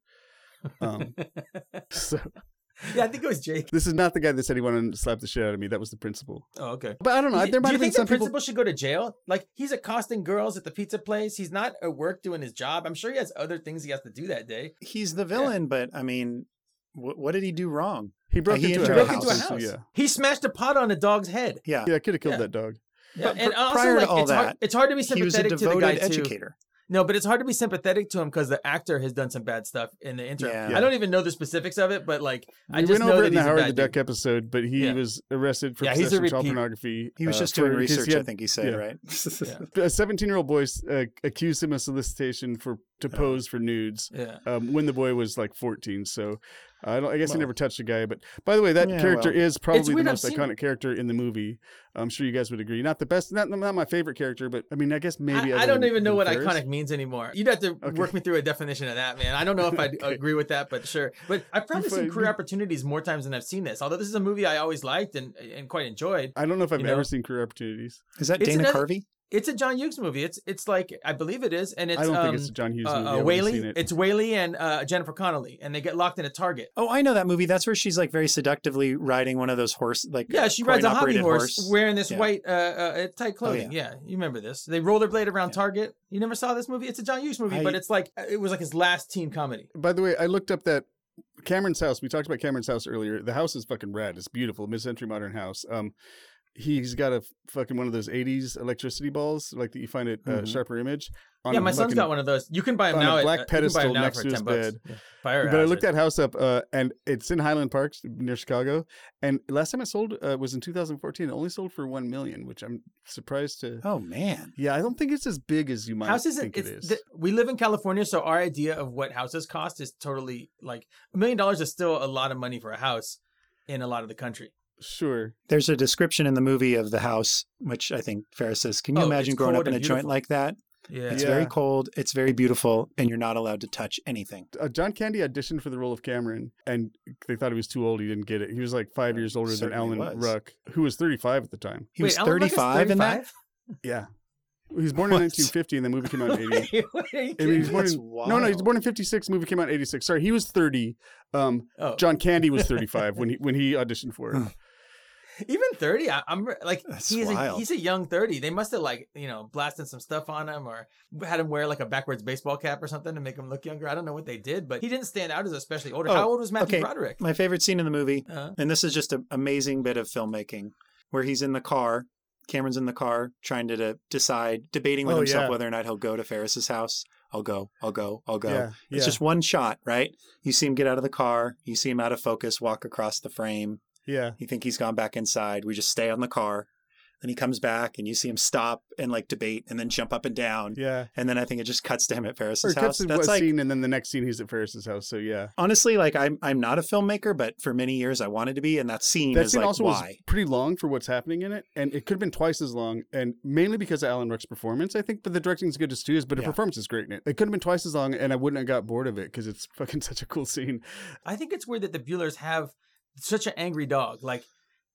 Speaker 1: Um, so
Speaker 2: yeah, I think it was Jake.
Speaker 1: this is not the guy that said he wanted to slap the shit out of me. That was the principal.
Speaker 2: Oh, okay.
Speaker 1: But I don't know.
Speaker 2: Is it-
Speaker 1: there might
Speaker 2: do
Speaker 1: have
Speaker 2: you
Speaker 1: been
Speaker 2: think the
Speaker 1: some people.
Speaker 2: principal should go to jail? Like he's accosting girls at the pizza place. He's not at work doing his job. I'm sure he has other things he has to do that day.
Speaker 3: He's the villain, but I mean, wh- what did he do wrong?
Speaker 1: He broke
Speaker 3: he
Speaker 1: into, a
Speaker 2: He
Speaker 3: entered
Speaker 2: broke
Speaker 1: house.
Speaker 2: into a
Speaker 1: so
Speaker 2: house.
Speaker 1: Yeah,
Speaker 2: He smashed a pot on a dog's head.
Speaker 3: Yeah,
Speaker 1: yeah, I could have killed
Speaker 2: Yeah.
Speaker 1: that dog.
Speaker 2: Yeah,
Speaker 3: But
Speaker 2: and
Speaker 3: pr-
Speaker 2: also,
Speaker 3: prior to
Speaker 2: like,
Speaker 3: all
Speaker 2: it's hard,
Speaker 3: that,
Speaker 2: it's hard to be
Speaker 3: he was a
Speaker 2: sympathetic to the
Speaker 3: devoted
Speaker 2: guy too.
Speaker 3: educator.
Speaker 2: No, but it's hard to be sympathetic to him because the actor has done some bad stuff in the interim.
Speaker 3: Yeah.
Speaker 2: I don't even know the specifics of it, but like I
Speaker 1: We
Speaker 2: just
Speaker 1: went
Speaker 2: know
Speaker 1: over it
Speaker 2: that
Speaker 1: in the
Speaker 2: he's a
Speaker 1: Howard the
Speaker 2: bad
Speaker 1: Duck
Speaker 2: dude.
Speaker 1: episode, but he
Speaker 2: Yeah.
Speaker 1: was arrested for
Speaker 2: Yeah, he's a
Speaker 1: possession of child
Speaker 2: repeat.
Speaker 1: pornography.
Speaker 3: He was
Speaker 1: uh,
Speaker 3: just
Speaker 1: for-
Speaker 3: doing
Speaker 1: because he
Speaker 3: research, I
Speaker 1: had-
Speaker 3: think he
Speaker 1: yeah.
Speaker 3: said, right?
Speaker 2: Yeah.
Speaker 1: A 17 year old boy uh, accused him of solicitation for to pose for nudes.
Speaker 2: Yeah.
Speaker 1: um, when the boy was like 14. So I don't. I guess he
Speaker 3: Well.
Speaker 1: never touched a guy. But by the way, that
Speaker 3: Yeah,
Speaker 1: character
Speaker 3: well.
Speaker 1: is probably the
Speaker 2: weird, I've
Speaker 1: most
Speaker 2: seen-
Speaker 1: iconic character in the movie. I'm sure you guys would agree. Not the best. Not not my favorite character, but I mean, I guess maybe.
Speaker 2: I, I
Speaker 1: other
Speaker 2: don't
Speaker 1: than-
Speaker 2: even know
Speaker 1: than
Speaker 2: what
Speaker 1: Ferris.
Speaker 2: iconic means anymore. You'd have to
Speaker 1: Okay.
Speaker 2: work me through a definition of that, man. I don't know if I'd agree with that, but sure. But I've probably seen
Speaker 1: find-
Speaker 2: Career Opportunities more times than I've seen this. Although this is a movie I always liked and, and quite enjoyed.
Speaker 1: I don't know if I've
Speaker 2: you
Speaker 1: ever
Speaker 2: know?
Speaker 1: seen Career Opportunities.
Speaker 3: Is that
Speaker 2: It's
Speaker 3: Dana
Speaker 2: another-
Speaker 3: Carvey?
Speaker 2: It's a John Hughes movie. It's it's like I believe it is, and it's
Speaker 1: I don't
Speaker 2: um,
Speaker 1: think it's a John Hughes
Speaker 2: uh,
Speaker 1: movie. I
Speaker 2: uh,
Speaker 1: haven't
Speaker 2: Whaley.
Speaker 1: seen it.
Speaker 2: It's Whaley and uh, Jennifer Connelly, and they get locked in a Target.
Speaker 3: Oh, I know that movie. That's where she's like very seductively riding one of those horse, like
Speaker 2: Yeah, she rides a hobby
Speaker 3: coin-operated
Speaker 2: horse, wearing this
Speaker 3: Yeah.
Speaker 2: white uh, uh, tight
Speaker 1: Oh,
Speaker 2: clothing. yeah. you remember this? They rollerblade around
Speaker 3: Yeah.
Speaker 2: Target. You never saw this movie? It's a John Hughes movie,
Speaker 3: I-
Speaker 2: but it's like it was like his last teen comedy.
Speaker 1: By the way, I looked up that Cameron's house. We talked about Cameron's house earlier. The house is fucking rad. It's beautiful, mid-century modern house. Um, he's got a fucking one of those '80s electricity balls, like that you find at uh,
Speaker 3: Mhm.
Speaker 1: Sharper Image. On
Speaker 2: Mm-hmm. yeah,
Speaker 1: a
Speaker 2: my son's
Speaker 1: fucking-
Speaker 2: got one of those. You can buy them
Speaker 1: on a
Speaker 2: now. at-
Speaker 1: black
Speaker 2: uh, you can buy 'em
Speaker 1: pedestal
Speaker 2: now
Speaker 1: next
Speaker 2: for
Speaker 1: to his
Speaker 2: 10 bucks.
Speaker 1: bed.
Speaker 2: Yeah. Buy her
Speaker 1: But I looked that house up, uh, and it's in Highland Park near Chicago. And last time I sold uh, was in 2014. It only sold for one million, which I'm surprised to.
Speaker 3: Oh man,
Speaker 1: Yeah, I don't think it's as big as you might
Speaker 2: House isn't.
Speaker 1: think it
Speaker 2: it's
Speaker 1: is.
Speaker 2: the- we live in California, so our idea of what houses cost is totally like a million dollars is still a lot of money for a house in a lot of the country.
Speaker 1: sure.
Speaker 3: there's a description in the movie of the house, which I think Ferris says, "Can you
Speaker 2: Oh,
Speaker 3: imagine
Speaker 2: it's
Speaker 3: growing
Speaker 2: cold
Speaker 3: up in
Speaker 2: and
Speaker 3: a joint
Speaker 2: beautiful."
Speaker 3: like that?
Speaker 2: Yeah.
Speaker 3: It's
Speaker 1: Yeah.
Speaker 3: very cold, it's very beautiful, and you're not allowed to touch anything."
Speaker 1: uh, John Candy auditioned for the role of Cameron, and they thought he was too old. He didn't get it. He was like five
Speaker 3: Oh,
Speaker 1: years older than
Speaker 3: certainly
Speaker 1: Alan
Speaker 3: was.
Speaker 1: Ruck, who was 35 at the time.
Speaker 3: He
Speaker 2: Wait,
Speaker 3: was
Speaker 2: Alan Ruck is
Speaker 3: 35 in that.
Speaker 2: 35?
Speaker 1: Yeah, he was born in
Speaker 3: What?
Speaker 1: 1950, and the movie came out in 80.
Speaker 2: Wait, what are you
Speaker 1: I mean, he was
Speaker 2: kidding?
Speaker 1: born
Speaker 3: That's
Speaker 1: in, no, no, he was
Speaker 3: wild.
Speaker 1: born in 56. Movie came out in 86. Sorry, he was 30. Um,
Speaker 2: oh,
Speaker 1: John Candy was 35 when he when he auditioned for it.
Speaker 2: even thirty. I, I'm re- like
Speaker 3: That's
Speaker 2: he's a,
Speaker 3: wild.
Speaker 2: he's a young thirty. They must have like you know blasted some stuff on him or had him wear like a backwards baseball cap or something to make him look younger. I don't know what they did, but he didn't stand out as especially older.
Speaker 3: Oh,
Speaker 2: How old was Matthew
Speaker 3: okay.
Speaker 2: Broderick?
Speaker 3: My favorite scene in the movie,
Speaker 2: Uh,
Speaker 3: and this is just an amazing bit of filmmaking, where he's in the car. Cameron's in the car trying to, de- decide, debating with
Speaker 1: Oh,
Speaker 3: himself
Speaker 1: yeah.
Speaker 3: whether or not he'll go to Ferris's house. I'll go. I'll go. I'll go.
Speaker 1: Yeah,
Speaker 3: It's
Speaker 1: yeah.
Speaker 3: just one shot, right? You see him get out of the car. You see him out of focus, walk across the frame.
Speaker 1: yeah.
Speaker 3: You think he's gone back inside. We just stay on the car. Then he comes back and you see him stop and like debate and then jump up and down.
Speaker 1: Yeah.
Speaker 3: And then I think it just cuts to him at
Speaker 1: Or
Speaker 3: Ferris's
Speaker 1: cuts
Speaker 3: house.
Speaker 1: to one
Speaker 3: That's like
Speaker 1: scene, and then the next scene he's at Ferris's house. So yeah,
Speaker 3: honestly, like I'm I'm not a filmmaker, but for many years I wanted to be, and that scene
Speaker 1: that
Speaker 3: is
Speaker 1: scene
Speaker 3: like
Speaker 1: also was
Speaker 3: why.
Speaker 1: pretty long for what's happening in it, and it could have been twice as long, and mainly because of Alan Ruck's performance, I think. But the directing's good as too is, but the
Speaker 3: Yeah.
Speaker 1: performance is great in it. It could have been twice as long, and I wouldn't have got bored of it because it's fucking such a cool scene.
Speaker 2: I think it's weird that the Buellers have such an angry dog. Like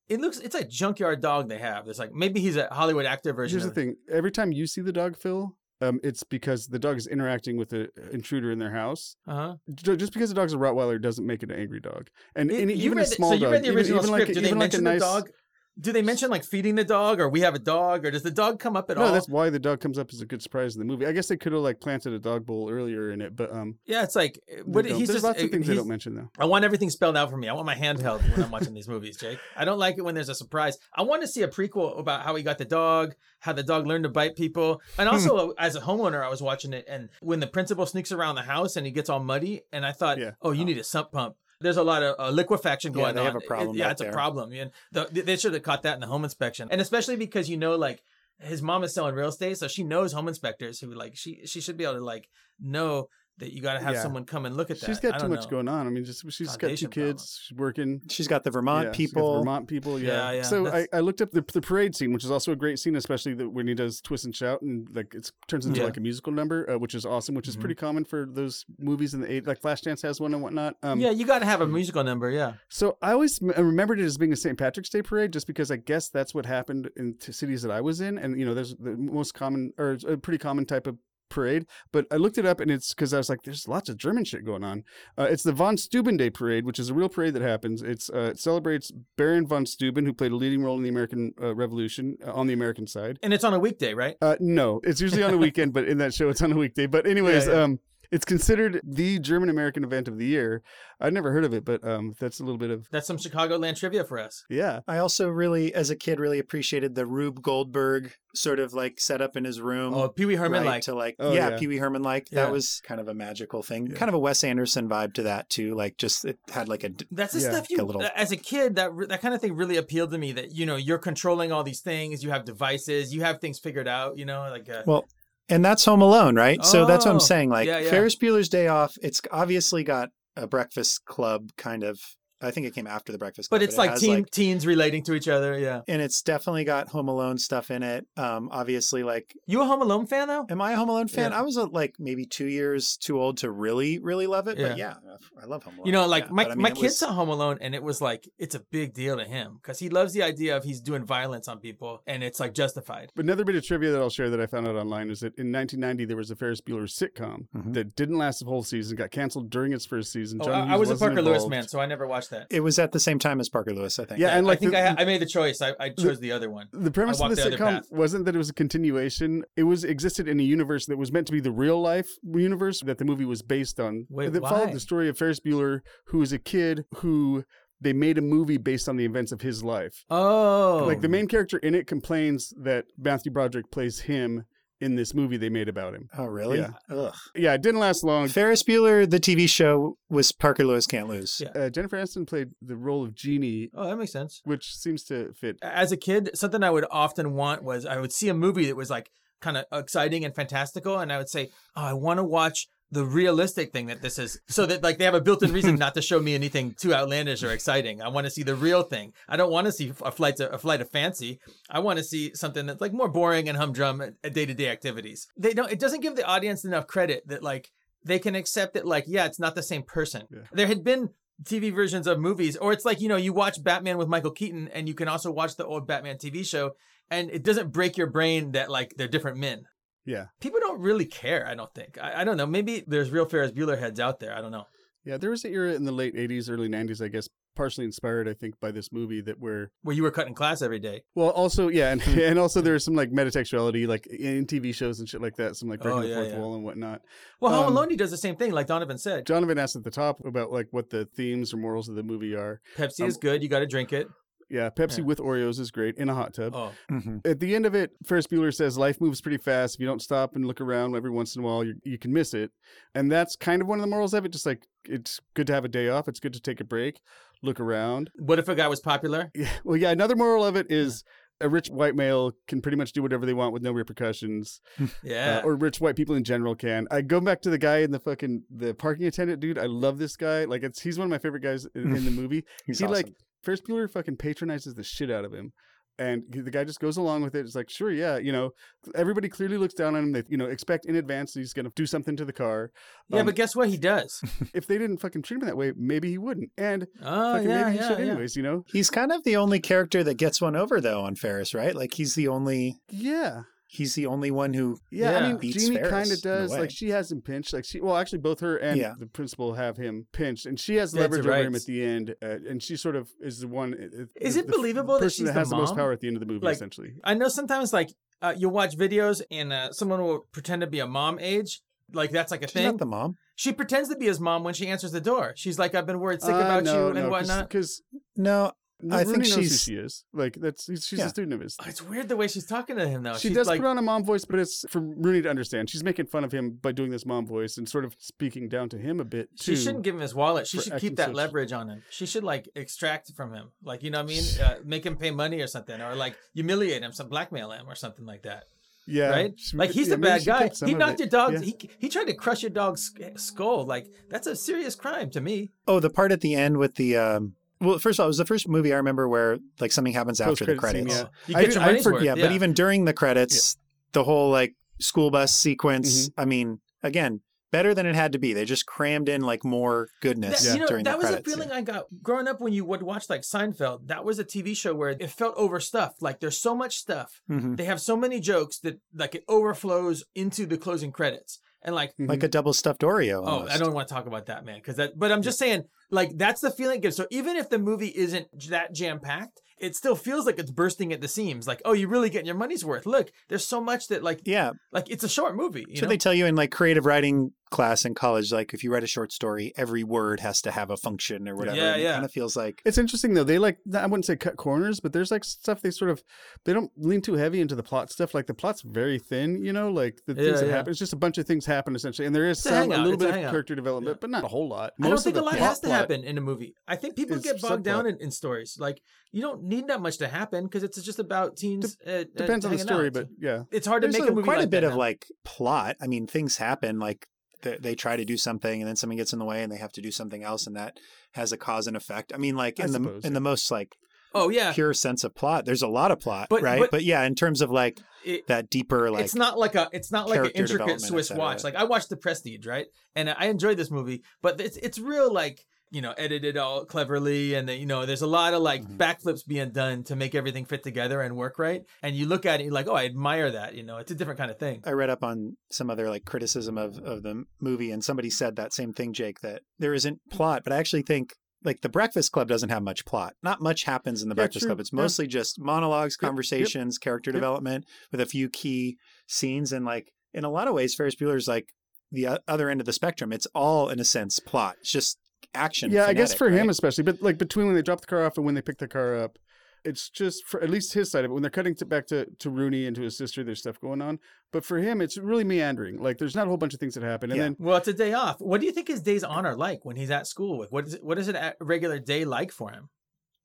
Speaker 2: it looks, it's a junkyard dog they have. It's like maybe he's a Hollywood actor version.
Speaker 1: Here's the
Speaker 2: of-
Speaker 1: thing: every time you see the dog, Phil. Um, it's because the dog is interacting with an intruder in their house.
Speaker 2: Uh-huh.
Speaker 1: J- Just because the dog's a Rottweiler doesn't make it an angry dog. And,
Speaker 2: It-
Speaker 1: any-
Speaker 2: you
Speaker 1: even
Speaker 2: read
Speaker 1: a
Speaker 2: the-
Speaker 1: small
Speaker 2: so you
Speaker 1: dog,
Speaker 2: read the
Speaker 1: even-
Speaker 2: original
Speaker 1: even like-
Speaker 2: script. Do they
Speaker 1: even like a
Speaker 2: mention
Speaker 1: nice-
Speaker 2: the dog? Do they mention like feeding the dog or we have a dog or does the dog come up at
Speaker 1: no,
Speaker 2: all?
Speaker 1: that's why the dog comes up as a good surprise in the movie. I guess they could have like planted a dog bowl earlier in it, but um,
Speaker 2: Yeah, it's like
Speaker 1: they
Speaker 2: what
Speaker 1: don't.
Speaker 2: he's
Speaker 1: there's
Speaker 2: just. eh, uh,
Speaker 1: lots of things they
Speaker 2: he's-
Speaker 1: don't mention though.
Speaker 2: I want everything spelled out for me. I want my hand held when I'm watching these movies, Jake. I don't like it when there's a surprise. I want to see a prequel about how he got the dog, how the dog learned to bite people, and also as a homeowner, I was watching it, and when the principal sneaks around the house and he gets all muddy, and I thought,
Speaker 1: Yeah.
Speaker 2: oh, you need a sump pump. There's a lot of uh, liquefaction
Speaker 3: Yeah,
Speaker 2: going on.
Speaker 3: they have a
Speaker 2: It-
Speaker 3: problem
Speaker 2: yeah,
Speaker 3: back
Speaker 2: it's a
Speaker 3: there.
Speaker 2: problem. And the, they should have caught that in the home inspection, and especially because you know, like his mom is selling real estate, so she knows home inspectors who like she she should be able to like know that you got to have
Speaker 1: Yeah.
Speaker 2: someone come and look at that.
Speaker 1: She's got
Speaker 2: I
Speaker 1: too
Speaker 2: don't
Speaker 1: much
Speaker 2: know.
Speaker 1: going on. I mean, just she's got two
Speaker 2: Foundation problem.
Speaker 1: kids. She's working.
Speaker 3: She's got the Vermont
Speaker 1: Yeah, she's got the
Speaker 3: people.
Speaker 1: Vermont people. Yeah,
Speaker 2: Yeah, yeah,
Speaker 1: So I,
Speaker 2: that's-
Speaker 1: I looked up the, the parade scene, which is also a great scene, especially the, when he does twist and shout and like it turns into
Speaker 2: Yeah.
Speaker 1: like a musical number, uh, which is awesome, which is
Speaker 2: Mhm.
Speaker 1: pretty common for those movies in the eight. Like Flashdance has one and whatnot. Um,
Speaker 2: yeah, you got to have
Speaker 3: hmm.
Speaker 2: a musical number. Yeah.
Speaker 1: So I always m- I remembered it as being a St. Patrick's Day parade, just because I guess that's what happened in t- cities that I was in, and you know, there's the most common or it's a pretty common type of parade. But I looked it up, and it's because I was like, there's lots of German shit going on. Uh, it's the von Steuben Day parade, which is a real parade that happens. It's uh, it celebrates Baron von Steuben, who played a leading role in the American uh, Revolution uh, on the American side.
Speaker 2: And it's on a weekday, right?
Speaker 1: Uh, no, it's usually on a weekend, but in that show, it's on a weekday. But anyways,
Speaker 2: yeah.
Speaker 1: um. It's considered the German American event of the year. I'd never heard of it, but um, that's a little bit of
Speaker 2: That's some Chicagoland trivia for us.
Speaker 1: yeah.
Speaker 3: I also really, as a kid, really appreciated the Rube Goldberg sort of like setup in his room.
Speaker 2: Oh, Pee Wee Herman,
Speaker 3: Um, right,
Speaker 2: like,
Speaker 3: to like
Speaker 1: Oh,
Speaker 3: yeah,
Speaker 1: yeah.
Speaker 3: Pee Wee Herman like
Speaker 2: Yeah.
Speaker 3: that was kind of a magical thing,
Speaker 1: Yeah.
Speaker 3: kind of a Wes Anderson vibe to that too. Like just it had like a d-
Speaker 2: that's the
Speaker 1: Yeah,
Speaker 2: stuff you,
Speaker 3: a little-
Speaker 2: as a kid, that re- that kind of thing really appealed to me. That you know, you're controlling all these things, you have devices, you have things figured out. You know, like uh,
Speaker 3: Well, and that's Home Alone, right? so that's what
Speaker 2: Oh,
Speaker 3: I'm saying. Like
Speaker 2: yeah, yeah.
Speaker 3: Ferris Bueller's Day Off, it's obviously got a Breakfast Club kind of. I think it came after the Breakfast Club,
Speaker 2: but it's
Speaker 3: it
Speaker 2: like,
Speaker 3: has,
Speaker 2: teen, teens relating to each other. Yeah.
Speaker 3: and it's definitely got Home Alone stuff in it. Um, obviously, like,
Speaker 2: You a Home Alone fan though?
Speaker 3: am I a Home Alone fan?
Speaker 2: Yeah.
Speaker 3: I was uh, like maybe two years too old to really, really love it, but yeah, enough. I love Home Alone.
Speaker 2: You know, like
Speaker 3: Yeah,
Speaker 2: my,
Speaker 3: but I mean,
Speaker 2: my
Speaker 3: it
Speaker 2: kid
Speaker 3: was-
Speaker 2: saw Home Alone, and it was like it's a big deal to him because he loves the idea of he's doing violence on people, and it's like justified.
Speaker 1: But another bit of trivia that I'll share that I found out online is that in 1990 there was a Ferris Bueller sitcom
Speaker 3: Mhm.
Speaker 1: that didn't last the whole season, got canceled during its first season.
Speaker 2: Mm-hmm. Oh,
Speaker 1: John
Speaker 2: I, I
Speaker 1: Hughes
Speaker 2: was a
Speaker 1: wasn't
Speaker 2: Parker Lewis
Speaker 1: involved.
Speaker 2: man, so I never watched that.
Speaker 3: It was at the same time as Parker Lewis, I think.
Speaker 1: Yeah, and like
Speaker 2: I think
Speaker 1: the,
Speaker 2: I, ha- I made the choice. I, I chose the other one.
Speaker 1: the premise
Speaker 2: I
Speaker 1: of the
Speaker 2: walked the other
Speaker 1: sitcom
Speaker 2: path.
Speaker 1: wasn't that it was a continuation. It was existed in a universe that was meant to be the real life universe that the movie was based on.
Speaker 2: Wait,
Speaker 1: that followed
Speaker 2: why?
Speaker 1: the story of Ferris Bueller, who was a kid who they made a movie based on the events of his life.
Speaker 2: Oh,
Speaker 1: Like the main character in it complains that Matthew Broderick plays him in this movie they made about him.
Speaker 3: Oh, really?
Speaker 1: Yeah.
Speaker 3: Ugh.
Speaker 1: Yeah, it didn't last
Speaker 2: Oh,
Speaker 1: long.
Speaker 3: Ferris Bueller, the TV show, was Parker Lewis Can't Lose.
Speaker 2: Yeah.
Speaker 1: Uh, Jennifer Aniston played the role of Genie,
Speaker 2: oh, that makes sense.
Speaker 1: which seems to fit.
Speaker 2: As a kid, something I would often want was I would see a movie that was like kind of exciting and fantastical, and I would say, oh, I want to watch the realistic thing that this is, so that like they have a built-in reason not to show me anything too outlandish or exciting. I want to see the real thing. I don't want to see a flight to, a flight of fancy. I want to see something that's like more boring and humdrum uh, day-to-day activities. They don't. It doesn't give the audience enough credit that like they can accept it. Like, yeah, it's not the same person.
Speaker 1: Yeah.
Speaker 2: There had been TV versions of movies, or it's like you know you watch Batman with Michael Keaton, and you can also watch the old Batman TV show, and it doesn't break your brain that like they're different men.
Speaker 1: Yeah.
Speaker 2: people don't really care. I don't think. I, I don't know. Maybe there's real Ferris Bueller heads out there. I don't know.
Speaker 1: Yeah, there was an era in the late 80s, early 90s, I guess, partially inspired, I think, by this movie that where
Speaker 2: Where you were cutting class every day.
Speaker 1: Well, also, yeah, and, and also there was some like metatextuality, like in TV shows and shit like that, some like
Speaker 2: Oh,
Speaker 1: breaking the
Speaker 2: yeah,
Speaker 1: fourth
Speaker 2: yeah.
Speaker 1: wall and whatnot.
Speaker 2: Well, Home
Speaker 1: Um,
Speaker 2: Alone he does the same thing, like Donovan said.
Speaker 1: Donovan asked at the top about like what the themes or morals of the movie are.
Speaker 2: Pepsi
Speaker 1: um,
Speaker 2: is good. You got to drink it.
Speaker 1: Yeah, Pepsi
Speaker 2: Yeah.
Speaker 1: with Oreos is great in a hot tub.
Speaker 2: Oh,
Speaker 3: Mhm.
Speaker 1: At the end of it, Ferris Bueller says, "Life moves pretty fast. If you don't stop and look around every once in a while, you, you can miss it." And that's kind of one of the morals of it. Just like it's good to have a day off. It's good to take a break, look around.
Speaker 2: what if a guy was popular?
Speaker 1: Yeah. Well, yeah. Another moral of it is. A rich white male can pretty much do whatever they want with no repercussions.
Speaker 2: Yeah.
Speaker 1: uh, or rich white people in general can. I go back to the guy in the fucking the parking attendant dude. I love this guy. Like it's he's one of my favorite guys in, in the movie.
Speaker 3: He's
Speaker 1: he
Speaker 3: awesome.
Speaker 1: like Ferris Bueller fucking patronizes the shit out of him. And he- the guy just goes along with it. It's like, sure, yeah, you know, everybody clearly looks down on him. They, you know, expect in advance that he's going to do something to the car.
Speaker 2: yeah,
Speaker 1: um,
Speaker 2: but guess what? He does.
Speaker 1: If they didn't fucking treat him that way, maybe he wouldn't. And
Speaker 2: Oh,
Speaker 1: fucking
Speaker 2: yeah,
Speaker 1: maybe he
Speaker 2: yeah,
Speaker 1: should,
Speaker 2: yeah.
Speaker 1: anyways, you know?
Speaker 3: He's kind of the only character that gets one over though on Ferris, right? Like he's the only
Speaker 1: Yeah.
Speaker 3: he's the only one who
Speaker 1: Yeah, I
Speaker 2: Yeah.
Speaker 1: mean,
Speaker 3: Beats
Speaker 1: Jeannie
Speaker 3: Ferris
Speaker 1: kind
Speaker 3: in
Speaker 1: of
Speaker 3: a
Speaker 1: does.
Speaker 3: way.
Speaker 1: Like she has him pinched. Like she, well, actually, both her and
Speaker 3: Yeah.
Speaker 1: the principal have him pinched, and she has
Speaker 2: That's
Speaker 1: leverage over him
Speaker 2: right.
Speaker 1: at the end. Uh, and she sort of is the one. uh,
Speaker 2: Is
Speaker 1: the-
Speaker 2: it
Speaker 1: the f-
Speaker 2: believable that
Speaker 1: person
Speaker 2: she's
Speaker 1: that
Speaker 2: the
Speaker 1: has the most
Speaker 2: mom?
Speaker 1: power at the end of the movie?
Speaker 2: Like-
Speaker 1: essentially,
Speaker 2: I know sometimes like uh, you'll watch videos and uh, someone will pretend to be a mom age. Like that's like a
Speaker 3: she's
Speaker 2: thing.
Speaker 3: not the mom.
Speaker 2: She pretends to be his mom when she answers the door. She's like, "I've been worried
Speaker 1: Uh,
Speaker 2: sick about you and whatnot."
Speaker 1: Because
Speaker 3: No, I
Speaker 1: Rooney
Speaker 3: think
Speaker 1: knows
Speaker 3: she's-
Speaker 1: who she is. Like that's he's- she's
Speaker 3: Yeah.
Speaker 1: a student of his.
Speaker 2: Oh, it's weird the way she's talking to him though.
Speaker 1: she
Speaker 2: she's
Speaker 1: does
Speaker 2: like,
Speaker 1: put on a mom voice, but it's for Rooney to understand. She's making fun of him by doing this mom voice and sort of speaking down to him a bit too.
Speaker 2: she shouldn't give him his wallet. She
Speaker 1: for
Speaker 2: should
Speaker 1: acting
Speaker 2: keep that
Speaker 1: social.
Speaker 2: leverage on him. She should like extract from him, like you know what I mean, uh, make him pay money or something, or like humiliate him, some blackmail him or something like that.
Speaker 1: yeah,
Speaker 2: right?
Speaker 1: she-
Speaker 2: Like he's
Speaker 1: yeah,
Speaker 2: the
Speaker 1: maybe
Speaker 2: bad
Speaker 1: she
Speaker 2: guy.
Speaker 1: kept some
Speaker 2: He
Speaker 1: of
Speaker 2: knocked
Speaker 1: it.
Speaker 2: your dog.
Speaker 1: Yeah.
Speaker 2: He he tried to crush your dog's skull. Like that's a serious crime to me.
Speaker 3: Oh, the part at the end with the um well, first of all, it was the first movie I remember where like something happens after the
Speaker 1: Post-credit scene,
Speaker 3: credits.
Speaker 1: Yeah.
Speaker 2: Oh, You
Speaker 1: I
Speaker 2: get
Speaker 1: did-
Speaker 2: your
Speaker 1: I
Speaker 2: money's
Speaker 1: forg-
Speaker 2: worth.
Speaker 3: yeah, but even during the credits, the whole like school bus sequence,
Speaker 2: Mm-hmm.
Speaker 3: I mean, again, better than it had to be. They just crammed in like more goodness
Speaker 2: That, you know,
Speaker 3: during
Speaker 2: that
Speaker 3: the
Speaker 2: was
Speaker 3: credits.
Speaker 2: a feeling I got growing up when you would watch like Seinfeld. That was a TV show where it felt overstuffed. Like there's so much stuff.
Speaker 3: Mhm.
Speaker 2: They have so many jokes that like it overflows into the closing credits. And like,
Speaker 1: Mhm.
Speaker 3: Like a double stuffed Oreo.
Speaker 2: Mm-hmm. oh,
Speaker 3: Almost.
Speaker 2: I don't want to talk about that, man. Because that, but I'm just saying, like that's the feeling it gives. So even if the movie isn't j- that jam packed, it still feels like it's bursting at the seams. Like, oh, you're really getting your money's worth. Look, there's so much that like,
Speaker 3: Yeah,
Speaker 2: like it's a short movie. You
Speaker 3: So
Speaker 2: know?
Speaker 3: they tell you in like creative writing class in college, like if you write a short story, every word has to have a function or whatever.
Speaker 2: Yeah,
Speaker 3: and It
Speaker 2: yeah.
Speaker 3: kind of feels like
Speaker 1: It's interesting though. They like I wouldn't say cut corners, but there's like stuff they sort of they don't lean too heavy into the plot stuff. Like the plot's very thin, you know. Like the
Speaker 2: Yeah,
Speaker 1: things that
Speaker 2: yeah.
Speaker 1: happen, it's just a bunch of things happen essentially, and there is
Speaker 2: It's a
Speaker 1: some, a
Speaker 2: hangout,
Speaker 1: little
Speaker 2: it's a
Speaker 1: bit of
Speaker 2: hangout.
Speaker 1: character development,
Speaker 2: Yeah.
Speaker 1: but not a whole lot.
Speaker 2: I don't
Speaker 1: Most of
Speaker 2: think a
Speaker 1: the
Speaker 2: lot
Speaker 1: plot-
Speaker 2: has to
Speaker 1: plot-
Speaker 2: happen in a movie. I think people
Speaker 1: is
Speaker 2: get bogged down
Speaker 1: subplot.
Speaker 2: in, in stories. Like you don't need that much to happen because it's just about teens. uh, uh,
Speaker 1: Depends on the
Speaker 2: hanging
Speaker 1: story,
Speaker 2: out.
Speaker 1: but yeah,
Speaker 2: it's hard to
Speaker 3: there's
Speaker 2: make
Speaker 3: a-
Speaker 2: a movie.
Speaker 3: quite
Speaker 2: like
Speaker 3: a bit
Speaker 2: that
Speaker 3: of
Speaker 2: now.
Speaker 3: like plot. I mean, things happen. Like they, they try to do something, and then something gets in the way, and they have to do something else, and that has a cause and effect. I mean, like
Speaker 1: I
Speaker 3: in the
Speaker 1: suppose,
Speaker 3: in
Speaker 1: yeah.
Speaker 3: the most like
Speaker 2: Oh yeah,
Speaker 3: pure sense of plot. There's a lot of plot,
Speaker 2: But-
Speaker 3: right?
Speaker 2: but-
Speaker 3: But, yeah, in terms of like
Speaker 2: It-
Speaker 3: that deeper, like
Speaker 2: it's not like a it's not like an
Speaker 3: character
Speaker 2: intricate
Speaker 3: development,
Speaker 2: Swiss
Speaker 3: et cetera.
Speaker 2: watch. Like I watched The Prestige, right, and I enjoyed this movie, but it's it's real like you know edited all cleverly, and then, you know there's a lot of like
Speaker 3: Mhm.
Speaker 2: backflips being done to make everything fit together and work right. And you look at it, you're like, oh, I admire that. You know, it's a different kind of thing.
Speaker 3: I read up on some other like criticism of of the m- movie, and somebody said that same thing, Jake, that there isn't plot. But I actually think like the Breakfast Club doesn't have much plot. Not much happens in the
Speaker 1: Yeah,
Speaker 3: Breakfast
Speaker 1: true.
Speaker 3: Club. It's
Speaker 1: Yeah.
Speaker 3: mostly just monologues,
Speaker 1: Yep. Yep.
Speaker 3: conversations, character
Speaker 1: Yep.
Speaker 3: development, with a few key scenes, and like in a lot of ways, Ferris Bueller's like the o- other end of the spectrum. It's all in a sense plot. It's just action.
Speaker 1: yeah, I guess
Speaker 3: frenetic,
Speaker 1: for
Speaker 3: right?
Speaker 1: him especially, but like between when they drop the car off and when they pick the car up, it's just for at least his side of it. When they're cutting to back to, to Rooney and to his sister, there's stuff going on. But for him, it's really meandering. Like there's not a whole bunch of things that happen, and
Speaker 3: Yeah.
Speaker 1: then
Speaker 2: Well, it's a day off. What do you think his days on are like when he's at school? Like, what is what is an a- regular day like for him?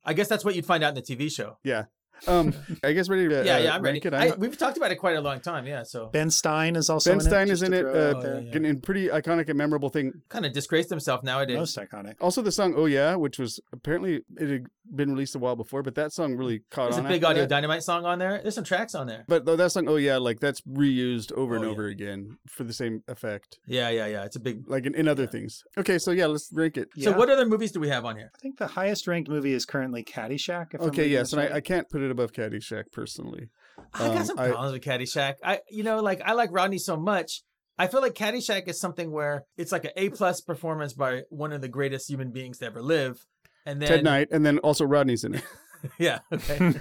Speaker 2: I guess that's what you'd find out in the TV show.
Speaker 1: um, I guess ready to
Speaker 2: Yeah,
Speaker 1: uh,
Speaker 2: yeah, I'm ready.
Speaker 1: rank it.
Speaker 2: I, we've talked about it quite a long time. Yeah, so
Speaker 3: Ben Stein is also
Speaker 1: ben
Speaker 3: in
Speaker 1: Stein
Speaker 3: it,
Speaker 1: is in
Speaker 3: just to
Speaker 1: it,
Speaker 3: throw
Speaker 1: uh,
Speaker 3: out
Speaker 2: Oh, yeah,
Speaker 3: there.
Speaker 2: yeah.
Speaker 1: in, in pretty iconic and memorable thing.
Speaker 2: kind of disgraced himself nowadays.
Speaker 3: most iconic.
Speaker 1: Also, the song "Oh Yeah," which was apparently it had been released a while before, but that song really caught
Speaker 2: There's a
Speaker 1: on.
Speaker 2: big
Speaker 1: after
Speaker 2: audio
Speaker 1: that.
Speaker 2: dynamite song on there. There's some tracks on there.
Speaker 1: But though that song, oh yeah, like that's reused over and
Speaker 2: Oh, yeah.
Speaker 1: over again for the same effect,
Speaker 2: Yeah, yeah, yeah. It's a big.
Speaker 1: like in, in other
Speaker 2: Yeah.
Speaker 1: things. Okay, so yeah, let's rank it.
Speaker 2: So
Speaker 3: Yeah.
Speaker 2: what other movies do we have on here?
Speaker 3: I think the highest ranked movie is currently Caddyshack. If I'm
Speaker 1: okay,
Speaker 3: reading
Speaker 1: yes,
Speaker 3: this
Speaker 1: and
Speaker 3: right.
Speaker 1: I, I can't put it above Caddyshack personally.
Speaker 2: I
Speaker 1: Um,
Speaker 2: got some
Speaker 1: I-
Speaker 2: problems with Caddyshack. I, you know, like I like Rodney so much. I feel like Caddyshack is something where it's like an A plus performance by one of the greatest human beings to ever live, and then
Speaker 1: Ted Knight, and then also Rodney's in it.
Speaker 2: yeah, okay,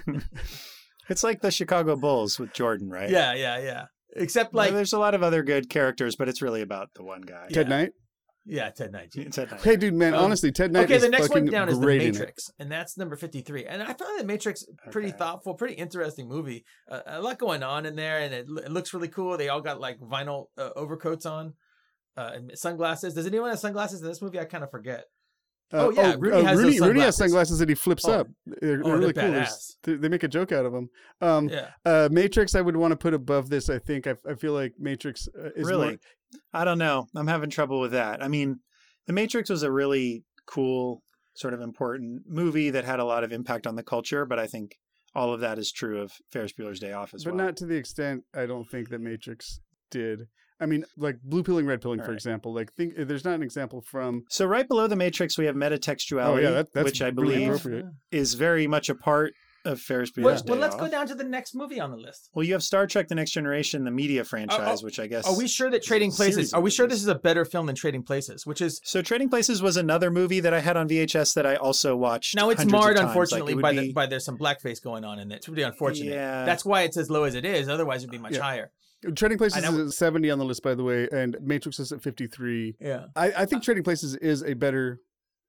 Speaker 3: it's like the Chicago Bulls with Jordan, right?
Speaker 2: yeah, yeah, yeah. Except
Speaker 3: Like,
Speaker 2: like
Speaker 3: Eh, there's a lot of other good characters, but it's really about the one guy.
Speaker 1: Ted
Speaker 2: Yeah.
Speaker 1: Knight.
Speaker 2: yeah, Ted Knight.
Speaker 3: It's Ted Knight.
Speaker 1: Hey, dude, man,
Speaker 2: Um,
Speaker 1: honestly, Ted Knight.
Speaker 2: okay,
Speaker 1: is
Speaker 2: the next one
Speaker 1: fucking
Speaker 2: down is the
Speaker 1: great in it.
Speaker 2: Matrix, and that's number fifty-three. And I found the Matrix pretty
Speaker 3: Okay.
Speaker 2: thoughtful, pretty interesting movie. Uh, a lot going on in there, and it, l- it looks really cool. They all got like vinyl uh, overcoats on uh, and sunglasses. Does anyone have sunglasses in this movie? I kind of forget.
Speaker 1: Uh,
Speaker 2: Oh, yeah, Rooney has those
Speaker 1: Rooney, Rooney has
Speaker 2: sunglasses.
Speaker 1: sunglasses that he flips
Speaker 2: Oh.
Speaker 1: up. They're,
Speaker 2: Oh,
Speaker 1: they're
Speaker 2: they're
Speaker 1: really cool. There's-
Speaker 2: badass.
Speaker 1: They, they make a joke out of them.
Speaker 3: Mm,
Speaker 1: Um,
Speaker 2: Yeah,
Speaker 1: uh, Matrix, I would want to put above this. I think I, I feel like Matrix uh, is
Speaker 3: really?
Speaker 1: more
Speaker 3: I don't know. I'm having trouble with that. I mean, The Matrix was a really cool, sort of important movie that had a lot of impact on the culture, but I think all of that is true of Ferris Bueller's Day Off as
Speaker 1: but
Speaker 3: well.
Speaker 1: not to the extent I don't think that Matrix did. I mean, like blue pilling, red pilling,
Speaker 3: All
Speaker 1: for
Speaker 3: right.
Speaker 1: example. Like, think there's not an example from.
Speaker 3: so right below The Matrix, we have metatextuality,
Speaker 1: Oh yeah, that, that's
Speaker 3: which I
Speaker 1: really
Speaker 3: believe
Speaker 1: appropriate.
Speaker 3: is very much a part of Ferris
Speaker 2: Well,
Speaker 3: Bueller's Day
Speaker 2: well, let's
Speaker 3: Off.
Speaker 2: go down to the next movie on the list.
Speaker 3: Well, you have Star Trek: The Next Generation, the media franchise, which I guess.
Speaker 2: Oh, Are we sure that
Speaker 3: a
Speaker 2: Trading
Speaker 3: series
Speaker 2: Places?
Speaker 3: of
Speaker 2: Are we sure
Speaker 3: movies.
Speaker 2: this is a better film than Trading Places? Which is
Speaker 3: So Trading Places was another movie that I had on VHS that I also watched.
Speaker 2: now it's
Speaker 3: hundreds of
Speaker 2: marred,
Speaker 3: times. Like,
Speaker 2: unfortunately,
Speaker 3: it would
Speaker 2: by
Speaker 3: be-
Speaker 2: the by. There's some blackface going on in it. It's really unfortunate.
Speaker 3: Yeah.
Speaker 2: That's why it's as low as it is. Otherwise, it'd be much
Speaker 1: Yeah.
Speaker 2: higher.
Speaker 1: Trading Places
Speaker 2: know-
Speaker 1: is at 70 on the list, by the way, and Matrix is at 53.
Speaker 2: Yeah.
Speaker 1: I, I
Speaker 2: Uh,
Speaker 1: think Trading Places is a better,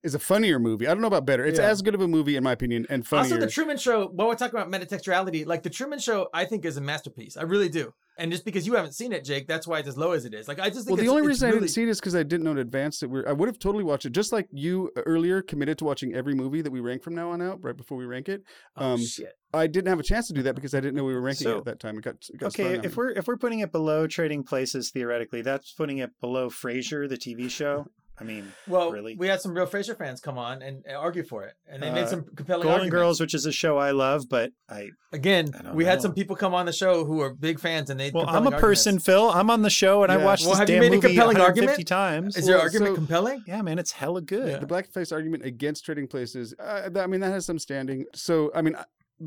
Speaker 1: is a funnier movie. I don't know about better. It's
Speaker 2: Yeah.
Speaker 1: as good of a movie in my opinion, and funnier.
Speaker 2: Also, the Truman Show. While we're talking about metatextuality, like the Truman Show, I think is a masterpiece. I really do. And just because you haven't seen it, Jake, that's why it's as low as it is. Like I just
Speaker 1: well,
Speaker 2: think
Speaker 1: the
Speaker 2: it's-
Speaker 1: only
Speaker 2: it's
Speaker 1: reason I
Speaker 2: really-
Speaker 1: didn't see it is because I didn't know in advance that we're. I would have totally watched it, just like you earlier committed to watching every movie that we rank from now on out, right before we rank it.
Speaker 2: Oh,
Speaker 1: um,
Speaker 2: shit.
Speaker 1: I didn't have a chance to do that because I didn't know we were ranking it
Speaker 3: So-
Speaker 1: at that time. It got, it got
Speaker 3: Okay,
Speaker 1: thrown at
Speaker 3: if
Speaker 1: me.
Speaker 3: we're if we're putting it below Trading Places theoretically, that's putting it below Frasier, the TV show. I mean,
Speaker 2: Well,
Speaker 3: really?
Speaker 2: we had some real Frasier fans come on and, and argue for it, and they made
Speaker 3: Uh,
Speaker 2: some compelling
Speaker 3: Golden
Speaker 2: arguments.
Speaker 3: Girls, which is a show I love, but I
Speaker 2: Again,
Speaker 3: I don't
Speaker 2: we had
Speaker 3: know.
Speaker 2: some people come on the show who are big fans, and they.
Speaker 3: well, I'm
Speaker 2: compelling
Speaker 3: a person,
Speaker 2: arguments.
Speaker 3: Phil. I'm on the show, and I
Speaker 1: Yeah.
Speaker 3: watched
Speaker 2: Well,
Speaker 3: this
Speaker 2: have you
Speaker 3: damn
Speaker 2: made a
Speaker 3: movie
Speaker 2: compelling
Speaker 3: 150
Speaker 2: argument?
Speaker 3: times.
Speaker 2: Is your
Speaker 1: Well,
Speaker 2: argument
Speaker 1: so-
Speaker 2: compelling?
Speaker 3: yeah, man, it's hella good.
Speaker 2: Yeah.
Speaker 1: the blackface argument against trading places, uh, that, I mean, that has some standing. So, I mean, I-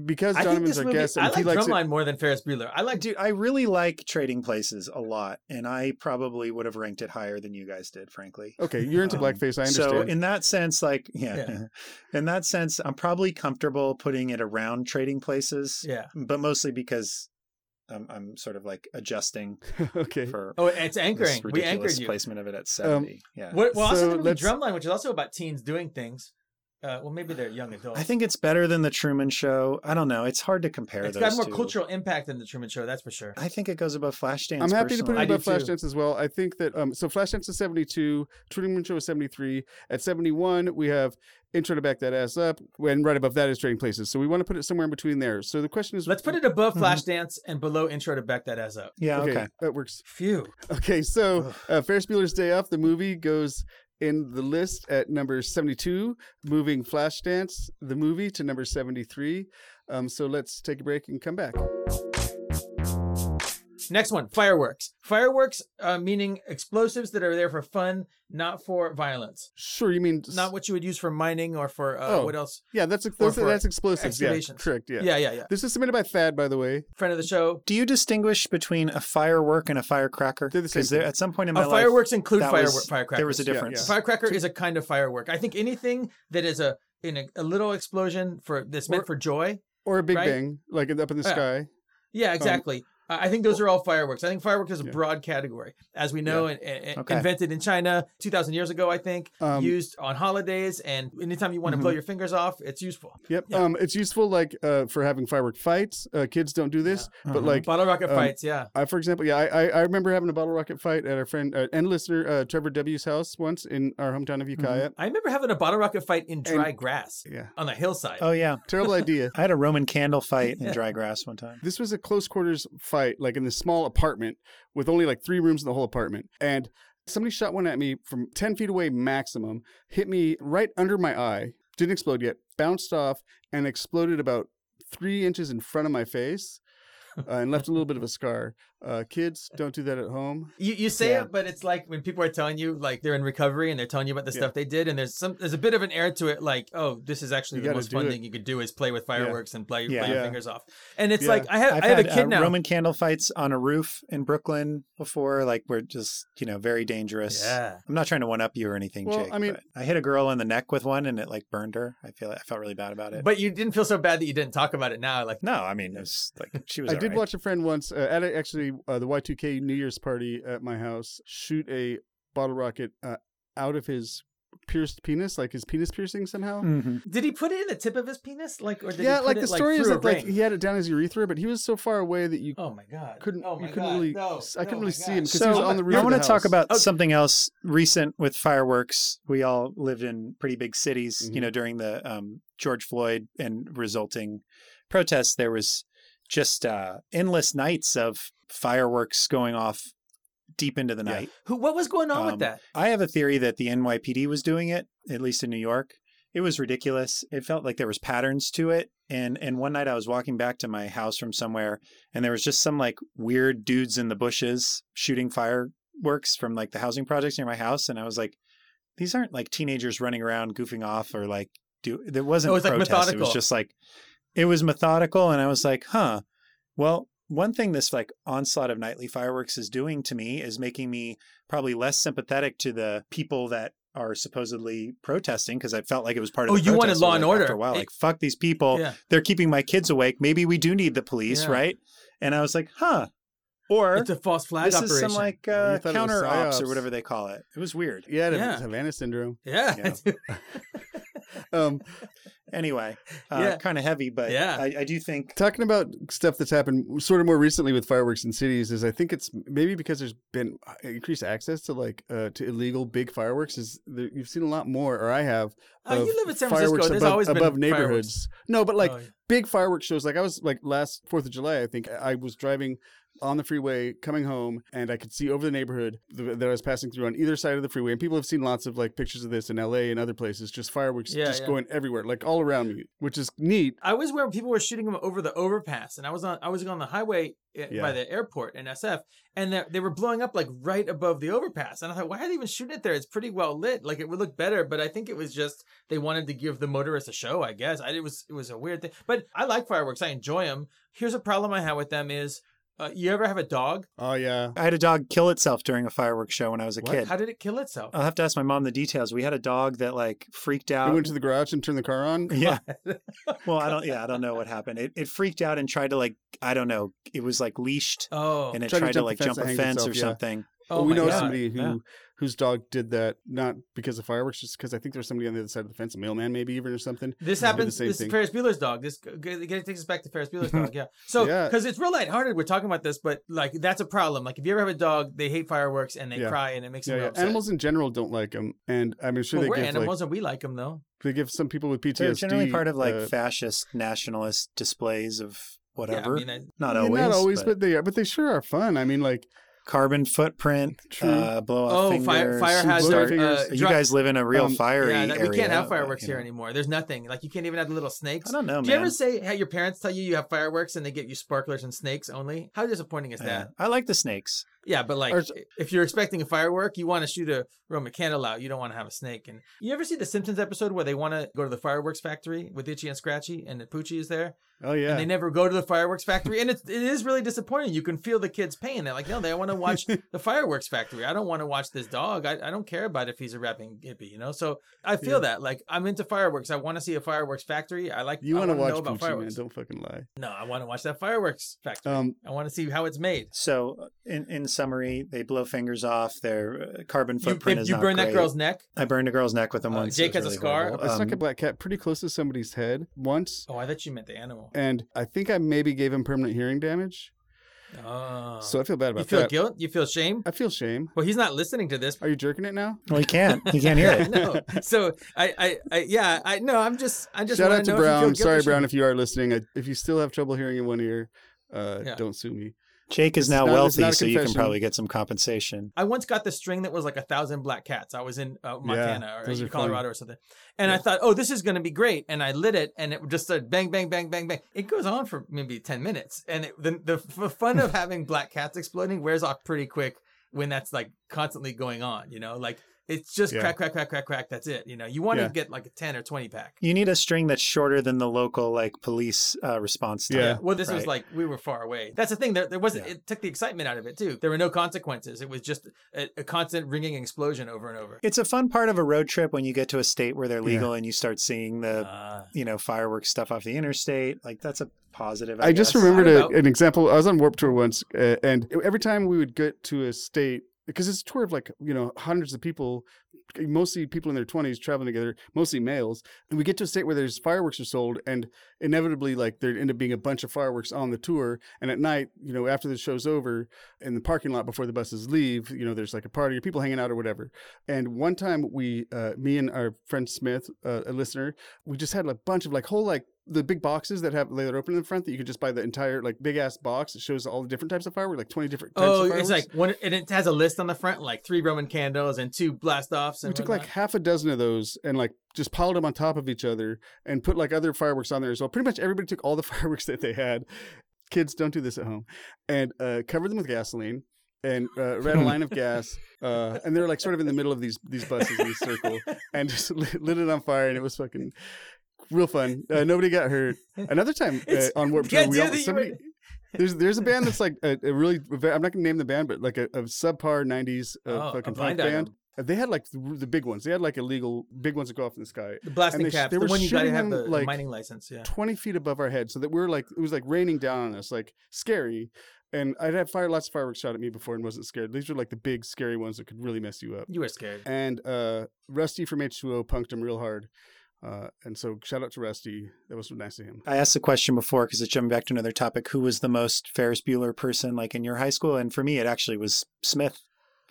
Speaker 1: because
Speaker 2: I think
Speaker 1: Donovan's
Speaker 2: this
Speaker 1: our
Speaker 2: movie.
Speaker 1: guest and
Speaker 2: I
Speaker 1: he
Speaker 2: like
Speaker 1: likes
Speaker 2: Drumline more than Ferris Bueller. I like.
Speaker 3: Dude, I really like Trading Places a lot, and I probably would have ranked it higher than you guys did, frankly.
Speaker 1: it. Okay, you're into
Speaker 3: Um,
Speaker 1: blackface. I
Speaker 3: So
Speaker 1: understand.
Speaker 3: in that sense, like yeah,
Speaker 2: Yeah.
Speaker 3: in that sense, I'm probably comfortable putting it around trading places,
Speaker 2: Yeah.
Speaker 3: but mostly because I'm, I'm sort of like adjusting
Speaker 1: okay.
Speaker 3: for
Speaker 2: Oh, it's anchoring.
Speaker 3: this
Speaker 2: We anchored
Speaker 3: ridiculous
Speaker 2: you.
Speaker 3: placement of it
Speaker 1: Um,
Speaker 3: at 70. yeah,
Speaker 2: What, well, also
Speaker 1: So
Speaker 2: the movie
Speaker 1: let's-
Speaker 2: Drumline, which is also about teens doing things. Uh, well, maybe they're young adults.
Speaker 3: I think it's better than the Truman Show. I don't know. It's hard to compare.
Speaker 2: it's
Speaker 3: those
Speaker 2: got more
Speaker 3: two.
Speaker 2: cultural impact than the Truman Show. That's for sure.
Speaker 3: I think it goes above Flashdance.
Speaker 1: I'm happy to put
Speaker 3: personally.
Speaker 1: it
Speaker 2: I do
Speaker 1: above
Speaker 2: too.
Speaker 1: Flashdance as well. I think that um, so Flashdance is 72, Trading Show is 73. At 71, we have Intro to back that ass up. When right above that is Trading Places. So we want to put it somewhere in between there. So the question is,
Speaker 2: Let's put it above
Speaker 3: Mhm.
Speaker 2: Flashdance and below Intro to Back That Ass Up.
Speaker 3: Yeah. Okay.
Speaker 1: that works.
Speaker 2: Phew.
Speaker 1: Okay, so
Speaker 3: Ugh.
Speaker 1: uh, Ferris Bueller's Day Off, the movie goes In the list at number 72, moving Flashdance, the movie, to number 73. Um, so let's take a break and come back.
Speaker 2: Next one, fireworks. Fireworks, uh, meaning explosives that are there for fun, not for violence.
Speaker 1: Sure, you mean s-
Speaker 2: Not what you would use for mining or for uh,
Speaker 1: Oh.
Speaker 2: what else?
Speaker 1: Yeah, that's
Speaker 2: Or
Speaker 1: that's,
Speaker 2: for
Speaker 1: that's explosives. Yeah,
Speaker 2: excavations.
Speaker 1: correct. Yeah.
Speaker 2: yeah, yeah,
Speaker 1: This is submitted by Thad, by the way.
Speaker 2: Friend of the show.
Speaker 3: Do you distinguish between a firework and a firecracker?
Speaker 1: They're the same
Speaker 3: 'Cause there-
Speaker 1: thing.
Speaker 3: At some point in my
Speaker 2: Uh,
Speaker 3: life,
Speaker 2: fireworks include
Speaker 3: that
Speaker 2: firework
Speaker 3: was-
Speaker 2: firecrackers.
Speaker 3: there was a
Speaker 1: Yeah,
Speaker 3: difference.
Speaker 1: yeah.
Speaker 2: Firecracker is a kind of firework. I think anything that is a in a, a little explosion for that's meant
Speaker 1: Or-
Speaker 2: for joy.
Speaker 1: Or a Big
Speaker 2: Right?
Speaker 1: Bang, like up in the
Speaker 2: Yeah.
Speaker 1: sky.
Speaker 2: Yeah, exactly. I I think those are all fireworks. I think fireworks is a
Speaker 1: Um, Yeah.
Speaker 2: broad category, as we know, and, and- and
Speaker 3: Okay.
Speaker 2: invented in China 2,000 years ago. I think
Speaker 1: Um, mm-hmm.
Speaker 2: used on holidays and anytime you want to blow your fingers off, it's useful.
Speaker 1: Yep.
Speaker 2: Yeah.
Speaker 1: Um, it's useful like uh, for having firework fights. Uh, kids don't do this, but
Speaker 3: Uh-huh.
Speaker 1: like
Speaker 2: Mm-hmm. Bottle rocket
Speaker 1: um,
Speaker 2: fights, yeah.
Speaker 1: I, for example, yeah, I, I I remember having a bottle rocket fight at our friend uh, and listener uh, Trevor W's house once in our hometown
Speaker 2: Mm-hmm.
Speaker 1: of Ukiah.
Speaker 2: I remember having a bottle rocket fight in dry grass
Speaker 1: Yeah,
Speaker 2: on a hillside.
Speaker 1: Uh,
Speaker 3: Oh yeah,
Speaker 1: terrible idea.
Speaker 3: I had a Roman candle fight in dry grass one time.
Speaker 1: This was a close quarters fight, like in this small apartment with only like three rooms in the whole apartment. And somebody shot one at me from 10 feet away, maximum, hit me right under my eye, didn't explode yet, bounced off, and exploded about three inches in front of my face uh, and left a little bit of a scar. Uh, kids, don't do that at home.
Speaker 2: You, you say
Speaker 3: Yeah.
Speaker 2: it, but it's like when people are telling you like they're in recovery and they're telling you about the
Speaker 1: Yeah.
Speaker 2: stuff they did, and there's some there's a bit of an air to it, like oh, this is actually
Speaker 1: You
Speaker 2: the
Speaker 1: gotta
Speaker 2: most
Speaker 1: do
Speaker 2: fun
Speaker 1: it.
Speaker 2: thing you could do is play with fireworks and play,
Speaker 3: Yeah.
Speaker 2: play your
Speaker 1: Yeah.
Speaker 2: fingers off. And it's
Speaker 1: Yeah.
Speaker 2: like I have
Speaker 3: I've
Speaker 2: I have
Speaker 3: had
Speaker 2: a kid
Speaker 3: uh,
Speaker 2: now.
Speaker 3: Roman candle fights on a roof in Brooklyn before, like we're just you know very dangerous.
Speaker 2: yeah,
Speaker 3: I'm not trying to one up you or anything,
Speaker 1: Well,
Speaker 3: Jake.
Speaker 1: I mean-
Speaker 3: but I hit a girl in the neck with one, and it like burned her. I feel I felt really bad about it.
Speaker 2: but you didn't feel so bad that you didn't talk about it now. Like
Speaker 3: no, I mean it was like she was.
Speaker 1: I did
Speaker 3: alright.
Speaker 1: watch a friend once uh, at a, actually uh, the Y2K New Year's party at my house shoot a bottle rocket uh, out of his pierced penis, like his penis piercing somehow.
Speaker 3: Mhm.
Speaker 2: Did he put it in the tip of his penis? Like, or did he
Speaker 1: yeah,
Speaker 2: put
Speaker 1: like
Speaker 2: it,
Speaker 1: the story is
Speaker 2: through a
Speaker 1: that like
Speaker 2: ring?
Speaker 1: he had it down his urethra, but he was so far away that you
Speaker 2: oh my god!
Speaker 1: couldn't
Speaker 2: Oh
Speaker 1: you
Speaker 2: my
Speaker 1: couldn't
Speaker 2: god!
Speaker 1: really
Speaker 2: No,
Speaker 1: I
Speaker 2: no, oh
Speaker 1: couldn't
Speaker 2: my
Speaker 1: really see
Speaker 2: God.
Speaker 1: him because
Speaker 3: So,
Speaker 1: he was on the roof.
Speaker 3: I
Speaker 1: of
Speaker 3: want
Speaker 1: the
Speaker 3: to talk
Speaker 1: house. Oh.
Speaker 3: about
Speaker 2: Okay.
Speaker 3: something else recent with fireworks. We all lived in pretty big cities, you
Speaker 1: Mhm.
Speaker 3: know, during the um, George Floyd and resulting protests. There was just uh, endless nights of fireworks going off deep into the
Speaker 1: Yeah.
Speaker 3: night.
Speaker 2: Who? What was going on
Speaker 3: Um,
Speaker 2: with that?
Speaker 3: I have a theory that the NYPD was doing it, at least in New York. It was ridiculous. It felt like there was patterns to it. And and one night I was walking back to my house from somewhere and there was just some like weird dudes in the bushes shooting fireworks from like the housing projects near my house and I was like these aren't like teenagers running around goofing off or like do there wasn't
Speaker 2: Oh, it's, like,
Speaker 3: protest. It was
Speaker 2: methodical.
Speaker 3: just like it was methodical and I was like, "Huh. Well, one thing this like onslaught of nightly fireworks is doing to me is making me probably less sympathetic to the people that are supposedly protesting because I felt like it was part of.
Speaker 2: Oh,
Speaker 3: the
Speaker 2: you wanted
Speaker 3: protest.
Speaker 2: law
Speaker 3: Like,
Speaker 2: and
Speaker 3: After
Speaker 2: order.
Speaker 3: a while,
Speaker 2: It-
Speaker 3: like fuck these people.
Speaker 2: Yeah.
Speaker 3: They're keeping my kids awake. Maybe we do need the police,
Speaker 2: Yeah.
Speaker 3: right? And I was like, huh. Or
Speaker 2: It's a false flag
Speaker 3: this
Speaker 2: operation.
Speaker 3: is some like
Speaker 1: Yeah, you
Speaker 3: uh,
Speaker 1: thought it was
Speaker 3: counter ops or
Speaker 1: psyops.
Speaker 3: whatever they call it. It was weird.
Speaker 1: yeah, it
Speaker 2: Oh, Yeah.
Speaker 1: was Havana syndrome.
Speaker 2: yeah,
Speaker 3: Yeah.
Speaker 2: dude.
Speaker 1: Um,
Speaker 3: Anyway, uh,
Speaker 2: Yeah.
Speaker 3: kind of heavy, but
Speaker 2: Yeah.
Speaker 3: I, I do think
Speaker 1: talking about stuff that's happened sort of more recently with fireworks in cities is I think it's maybe because there's been uh, increased access to like uh, to illegal big fireworks is there, you've seen a lot more or I have
Speaker 2: Oh,
Speaker 1: of
Speaker 2: you live in San
Speaker 1: fireworks
Speaker 2: Francisco. There's
Speaker 1: above,
Speaker 2: always been
Speaker 1: above
Speaker 2: fireworks.
Speaker 1: neighborhoods. No, but like
Speaker 2: Oh, yeah.
Speaker 1: big fireworks shows. Like I was like last Fourth of July, I think I was driving on the freeway coming home, and I could see over the neighborhood th- that I was passing through on either side of the freeway. And people have seen lots of like pictures of this in L.A. and other places, just fireworks
Speaker 2: Yeah,
Speaker 1: just
Speaker 2: yeah.
Speaker 1: going everywhere, like all around me, which is neat.
Speaker 2: I was where people were shooting them over the overpass, and I was on I was on the highway uh,
Speaker 1: Yeah.
Speaker 2: by the airport in SF, and they, they were blowing up like right above the overpass. And I thought, why are they even shooting it there? It's pretty well lit. Like it would look better, but I think it was just they wanted to give the motorists a show. I guess I, it was it was a weird thing, but I like fireworks. I enjoy them. Here's a problem I have with them is. Uh, you ever have a dog?
Speaker 1: Oh yeah,
Speaker 3: I had a dog kill itself during a fireworks show when I was a
Speaker 1: What?
Speaker 3: kid.
Speaker 2: How did it kill
Speaker 1: Uh,
Speaker 2: itself?
Speaker 3: I'll have to ask my mom the details. We had a dog that like freaked
Speaker 1: I
Speaker 2: Um,
Speaker 3: out
Speaker 1: went to the garage and turned the Oh, car on.
Speaker 3: Yeah. well, I don't. Yeah, I don't know what happened. It it freaked out and tried to like I don't know. It was like leashed
Speaker 2: oh,
Speaker 3: and it
Speaker 1: Tried to
Speaker 3: tried to,
Speaker 1: jump the
Speaker 3: like
Speaker 1: fence
Speaker 3: jump
Speaker 1: and
Speaker 3: a
Speaker 1: hang
Speaker 3: fence or
Speaker 1: itself, yeah.
Speaker 3: something.
Speaker 2: oh
Speaker 1: we
Speaker 2: my
Speaker 1: know
Speaker 2: God.
Speaker 1: somebody who
Speaker 3: yeah.
Speaker 1: whose dog did that, not because of fireworks, just because I think there was somebody on the other side of the fence, a mailman maybe even or something.
Speaker 2: This
Speaker 1: They do the
Speaker 2: happens.
Speaker 1: same
Speaker 2: This
Speaker 1: thing.
Speaker 2: is Ferris Bueller's dog. This it takes us back to Ferris Bueller's dog. Yeah. So
Speaker 1: Yeah.
Speaker 2: because it's real lighthearted, we're talking about this, but like that's a problem. Like if you ever have a dog, they hate fireworks and they
Speaker 1: Yeah.
Speaker 2: cry and it makes
Speaker 1: Yeah,
Speaker 2: them real
Speaker 1: yeah.
Speaker 2: upset.
Speaker 1: animals in general don't like them, and I'm sure
Speaker 2: Well,
Speaker 1: they
Speaker 2: we're
Speaker 1: give like
Speaker 2: animals and we like them though.
Speaker 1: they give some people with PTSD.
Speaker 3: They're generally part of like
Speaker 1: uh,
Speaker 3: fascist nationalist displays of
Speaker 2: Yeah,
Speaker 3: whatever.
Speaker 2: I mean, I-
Speaker 3: not
Speaker 1: Yeah,
Speaker 3: always.
Speaker 1: not always, but, they are. But they sure are fun. I mean, like
Speaker 3: carbon footprint,
Speaker 1: True.
Speaker 3: uh, blow off
Speaker 2: Oh, fire,
Speaker 3: fingers.
Speaker 2: fire
Speaker 1: some
Speaker 2: hazard.
Speaker 1: blowfingers. Are
Speaker 2: Uh,
Speaker 3: you
Speaker 2: dri-
Speaker 3: guys live in a real
Speaker 1: Um,
Speaker 3: fire
Speaker 2: yeah, that-
Speaker 3: area.
Speaker 2: we can't have
Speaker 3: but,
Speaker 2: fireworks
Speaker 3: you
Speaker 2: here
Speaker 3: know.
Speaker 2: anymore. There's nothing. Like you can't even have the little snakes.
Speaker 1: Oh,
Speaker 3: I don't know,
Speaker 2: Do you
Speaker 3: man.
Speaker 2: ever say how your parents tell you you have fireworks and they get you sparklers and snakes only? How disappointing is
Speaker 3: Yeah.
Speaker 2: that?
Speaker 3: I like the snakes.
Speaker 2: Yeah, but like
Speaker 1: Or s-
Speaker 2: if you're expecting a firework, you want to shoot a Roman candle out. You don't want to have a snake. And you ever see the Simpsons episode where they want to go to the fireworks factory with Itchy and Scratchy and the Poochie is there
Speaker 1: Oh yeah.
Speaker 2: and they never go to the fireworks factory and it's, it is really disappointing. You can feel the kids pain. They're like, no, they want to watch the fireworks factory. I don't want to watch this dog. I, I don't care about if he's a rapping hippie, you know. So I feel
Speaker 1: Yeah.
Speaker 2: that like I'm into fireworks. I want to see a fireworks factory. I like
Speaker 1: you
Speaker 2: want to
Speaker 1: watch
Speaker 2: know about
Speaker 1: Poochie, man?
Speaker 2: fireworks.
Speaker 1: Don't fucking lie.
Speaker 2: No, I want to watch that fireworks factory.
Speaker 1: Um,
Speaker 2: I want to see how it's made.
Speaker 3: So, uh, in, in summary, they blow fingers off. Their uh, carbon
Speaker 2: You,
Speaker 3: footprint
Speaker 2: if
Speaker 3: is
Speaker 2: you
Speaker 3: not
Speaker 2: burn
Speaker 3: great.
Speaker 2: that girl's neck.
Speaker 3: I burned a girl's neck with them
Speaker 2: Uh,
Speaker 3: once.
Speaker 2: Jake
Speaker 3: It
Speaker 2: has
Speaker 3: was
Speaker 2: a
Speaker 3: really
Speaker 2: scar.
Speaker 3: horrible.
Speaker 1: I stuck a
Speaker 3: Um,
Speaker 1: black cat pretty close to somebody's head once,
Speaker 2: Oh, I thought you meant the animal.
Speaker 1: and I think I maybe gave him permanent hearing damage.
Speaker 2: Oh.
Speaker 1: So I feel bad about
Speaker 2: you feel
Speaker 1: that.
Speaker 2: guilt? You feel shame?
Speaker 1: I feel shame.
Speaker 2: Well, he's not listening to this.
Speaker 1: Are you jerking it now?
Speaker 3: well, he can't. He can't hear it.
Speaker 2: no. So I, I, I, yeah, I no. I'm just, I just.
Speaker 1: Shout
Speaker 2: wanna
Speaker 1: out to
Speaker 2: know if you feel
Speaker 1: Brown.
Speaker 2: guilt or
Speaker 1: Sorry,
Speaker 2: shame.
Speaker 1: Brown, if you are listening. I- If you still have trouble hearing in one ear, uh,
Speaker 2: Yeah.
Speaker 1: don't sue me.
Speaker 3: Jake is
Speaker 1: It's not-
Speaker 3: now
Speaker 1: it's
Speaker 3: wealthy,
Speaker 1: not a
Speaker 3: so you can
Speaker 1: confession.
Speaker 3: probably get some compensation.
Speaker 2: I once got the string that was like a thousand black cats. I was in uh, Montana
Speaker 1: those
Speaker 2: or
Speaker 1: are
Speaker 2: Colorado or something, and I
Speaker 1: Yeah.
Speaker 2: thought, oh, this is going to be great. And I lit it, and it just started bang, bang, bang, bang, bang. It goes on for maybe ten minutes, and it, the, the the fun of having black cats exploding wears off pretty quick when that's like constantly going on. You know, like it's just
Speaker 1: Yeah.
Speaker 2: crack, crack, crack, crack, crack. That's it. You know, you want
Speaker 1: Yeah.
Speaker 2: to get like a ten or twenty pack.
Speaker 3: You need a string that's shorter than the local like police uh, response time.
Speaker 1: Yeah.
Speaker 2: Well, this was
Speaker 3: Right.
Speaker 2: like we were far away. That's the thing. There, there wasn't.
Speaker 3: Yeah.
Speaker 2: It took the excitement out of it too. There were no consequences. It was just a, a constant ringing explosion over and over.
Speaker 3: It's a fun part of a road trip when you get to a state where they're
Speaker 1: Yeah.
Speaker 3: legal and you start seeing the
Speaker 2: Ah.
Speaker 3: you know fireworks stuff off the interstate. Like that's a positive. I,
Speaker 1: I, just
Speaker 3: guess.
Speaker 1: remembered
Speaker 2: I
Speaker 1: a,
Speaker 2: don't know.
Speaker 1: an example. I was on Warp Tour once, uh, and every time we would get to a state, because it's a tour of like you know hundreds of people, mostly people in their twenties traveling together, mostly males, and we get to a state where there's fireworks are sold, and inevitably like there end up being a bunch of fireworks on the tour, and at night, you know, after the show's over, in the parking lot before the buses leave, you know, there's like a party or people hanging out or whatever. And one time we, uh, me and our friend Smith, uh, a listener, we just had a bunch of like whole like the big boxes that have that are open in the front that you can just buy the entire like big ass box. It shows all the different types of fireworks, like twenty different. Types
Speaker 2: Oh,
Speaker 1: of
Speaker 2: it's
Speaker 1: fireworks.
Speaker 2: like one, and it has a list on the front, like three Roman candles and two blast offs.
Speaker 1: we took like half a dozen of those and like just piled them on top of each other and put like other fireworks on there as well. Pretty much everybody took all the fireworks that they had. Kids, don't do this at home. And uh, covered them with gasoline and uh, ran a line of gas. Uh, and they're like sort of in the middle of these these buses in a circle and just lit, lit it on fire. And it was fucking real fun. Uh, nobody got hurt. Another time uh,
Speaker 2: It's-
Speaker 1: on Warp
Speaker 2: the
Speaker 1: Tour, we
Speaker 2: idea
Speaker 1: all,
Speaker 2: that you
Speaker 1: somebody.
Speaker 2: would-
Speaker 1: There's there's a band that's like a, a really I'm not gonna name the band but like a, a subpar '90s uh,
Speaker 2: Oh, a
Speaker 1: fucking punk
Speaker 2: blind
Speaker 1: band.
Speaker 2: item.
Speaker 1: And They had like the, the big ones. They had like illegal big ones that go off in the sky,
Speaker 2: the blasting
Speaker 1: they sh-
Speaker 2: caps,
Speaker 1: they
Speaker 2: the
Speaker 1: were
Speaker 2: one you gotta
Speaker 1: shooting
Speaker 2: have the,
Speaker 1: them,
Speaker 2: the
Speaker 1: like-
Speaker 2: mining license. Yeah.
Speaker 1: twenty feet above our head, so that we were like it was like raining down on us, like scary. And I'd had fire lots of fireworks shot at me before and wasn't scared. These were like the big scary ones that could really mess you up.
Speaker 2: You were scared.
Speaker 1: And uh, Rusty from H2O punked him real hard, uh, and so shout out to Rusty. That was nice of him.
Speaker 3: I asked the question before because it's jumping back to another topic. Who was the most Ferris Bueller person like in your high school? And for me, it actually was Smith.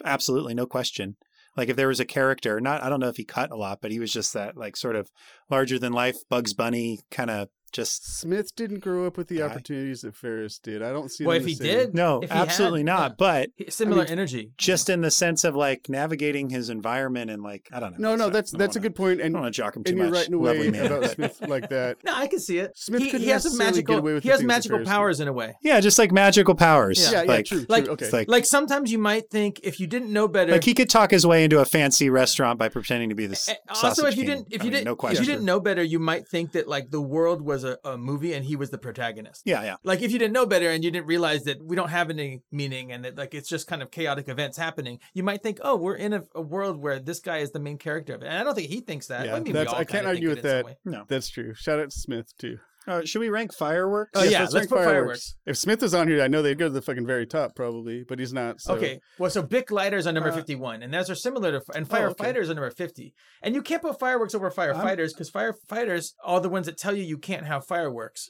Speaker 3: Absolutely, no question. Like if there was a character, not I don't know if he cut a lot, but he was just that like sort of larger than life Bugs Bunny kind of just
Speaker 1: Smith didn't grow up with the
Speaker 3: Guy.
Speaker 1: opportunities that Ferris did. I don't see.
Speaker 2: Well,
Speaker 1: them
Speaker 2: if
Speaker 1: the
Speaker 2: he
Speaker 1: same.
Speaker 2: did,
Speaker 3: no,
Speaker 2: If he had,
Speaker 3: absolutely not.
Speaker 2: yeah. Mm-hmm.
Speaker 3: But
Speaker 2: He- Similar
Speaker 1: mean,
Speaker 2: energy.
Speaker 3: just in the sense of like navigating his environment and like I don't
Speaker 1: no,
Speaker 3: know.
Speaker 1: no,
Speaker 3: Sorry,
Speaker 1: that's
Speaker 3: I don't
Speaker 1: that's a
Speaker 3: wanna-
Speaker 1: good point,
Speaker 3: I
Speaker 1: and
Speaker 3: don't want to jock him too
Speaker 1: and
Speaker 3: much.
Speaker 1: you're right in a way
Speaker 3: Lovely man,
Speaker 1: about
Speaker 3: but-
Speaker 1: Smith like that.
Speaker 2: No, I can see it.
Speaker 1: Smith
Speaker 2: he,
Speaker 1: couldn't
Speaker 2: he has some
Speaker 1: necessarily
Speaker 2: magical.
Speaker 1: get away with
Speaker 2: he
Speaker 1: the
Speaker 2: has
Speaker 1: things that
Speaker 2: magical
Speaker 1: Ferris did.
Speaker 2: powers in a way.
Speaker 3: Yeah, just like magical powers.
Speaker 1: Yeah, yeah,
Speaker 3: like,
Speaker 1: true, true.
Speaker 2: like-
Speaker 1: okay.
Speaker 3: It's like
Speaker 2: Like sometimes you might think if you didn't know better.
Speaker 3: Like he could talk his way into a fancy restaurant by pretending to be the s-
Speaker 2: And eh, also,
Speaker 3: sausage
Speaker 2: if you
Speaker 3: king.
Speaker 2: didn't, if
Speaker 3: I
Speaker 2: you
Speaker 3: mean,
Speaker 2: didn't,
Speaker 3: no
Speaker 2: if
Speaker 3: question.
Speaker 2: you didn't know better, you might think that like the world was a, a movie and he was the protagonist.
Speaker 3: yeah, yeah,
Speaker 2: like if you didn't know better and you didn't realize that we don't have any meaning and that like it's just kind of chaotic events happening you might think oh we're in a, a world where this guy is the main character of it and i don't think he thinks that
Speaker 1: Yeah,
Speaker 2: Well, I, mean, we
Speaker 1: that's-
Speaker 2: all
Speaker 1: I can't
Speaker 2: kinda think
Speaker 1: argue
Speaker 2: it
Speaker 1: with
Speaker 2: in some
Speaker 1: that.
Speaker 2: way.
Speaker 3: no.
Speaker 1: That's true. Shout out to Smith too.
Speaker 3: Uh, should we rank fireworks?
Speaker 2: Oh, yeah, let's
Speaker 1: rank
Speaker 2: put fireworks.
Speaker 1: If Smith was on here, I know they'd go to the fucking very top probably, but he's not. So.
Speaker 2: okay well so bic lighters are number
Speaker 1: Uh,
Speaker 2: 51 and those are similar to and
Speaker 1: Oh, okay.
Speaker 2: firefighters are number 50 and you can't put fireworks over firefighters because firefighters are the ones that tell you you can't have fireworks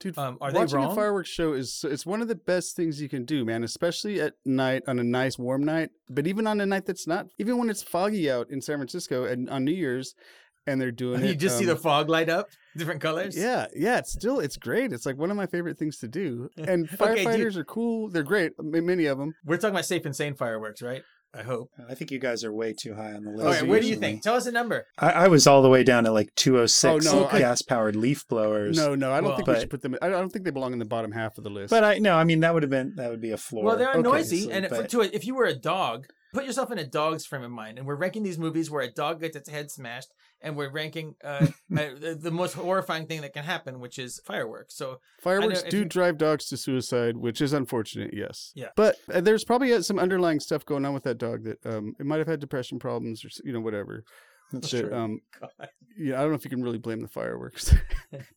Speaker 1: Dude,
Speaker 2: um, are they
Speaker 1: Watching
Speaker 2: wrong
Speaker 1: a fireworks show is so- it's one of the best things you can do, man. Especially at night on a nice warm night, but even on a night that's not, even when it's foggy out in San Francisco and on New Year's, and they're doing
Speaker 2: you
Speaker 1: it,
Speaker 2: just see
Speaker 1: um,
Speaker 2: the fog light up, different colors.
Speaker 1: yeah, yeah. It's still it's great. It's like one of my favorite things to do. And
Speaker 2: Okay, do you-
Speaker 1: firefighters are cool. They're great. m- Many of them.
Speaker 2: We're talking about safe and sane fireworks, right? I hope.
Speaker 3: I think you guys are way too high on the list.
Speaker 2: All right,
Speaker 1: so
Speaker 2: where do you
Speaker 3: usually.
Speaker 2: think? Tell us a number.
Speaker 3: I, I was all the way down to like 206
Speaker 1: Oh, no, I-
Speaker 3: gas powered leaf blowers.
Speaker 1: No, no. I don't
Speaker 2: Well,
Speaker 1: think we
Speaker 3: but-
Speaker 1: should put them. I don't think they belong in the bottom half of the list.
Speaker 3: But I no, I mean that would have been that would be a floor.
Speaker 2: Well, they're
Speaker 1: okay,
Speaker 2: noisy,
Speaker 3: so-
Speaker 2: and if,
Speaker 3: but-
Speaker 2: to a, if you were a dog, put yourself in a dog's frame of mind, and we're ranking these movies where a dog gets its head smashed, and we're ranking uh, uh, the, the most horrifying thing that can happen, which is fireworks. So
Speaker 1: Fireworks
Speaker 2: if
Speaker 1: do
Speaker 2: you-
Speaker 1: drive dogs to suicide, which is unfortunate, yes.
Speaker 2: Yeah.
Speaker 1: But uh, there's probably uh, some underlying stuff going on with that dog that um, it might have had depression problems or, s- you know, whatever.
Speaker 3: That's
Speaker 1: that,
Speaker 3: true.
Speaker 1: Um,
Speaker 2: God.
Speaker 1: yeah, I don't know if you can really blame the fireworks.
Speaker 2: I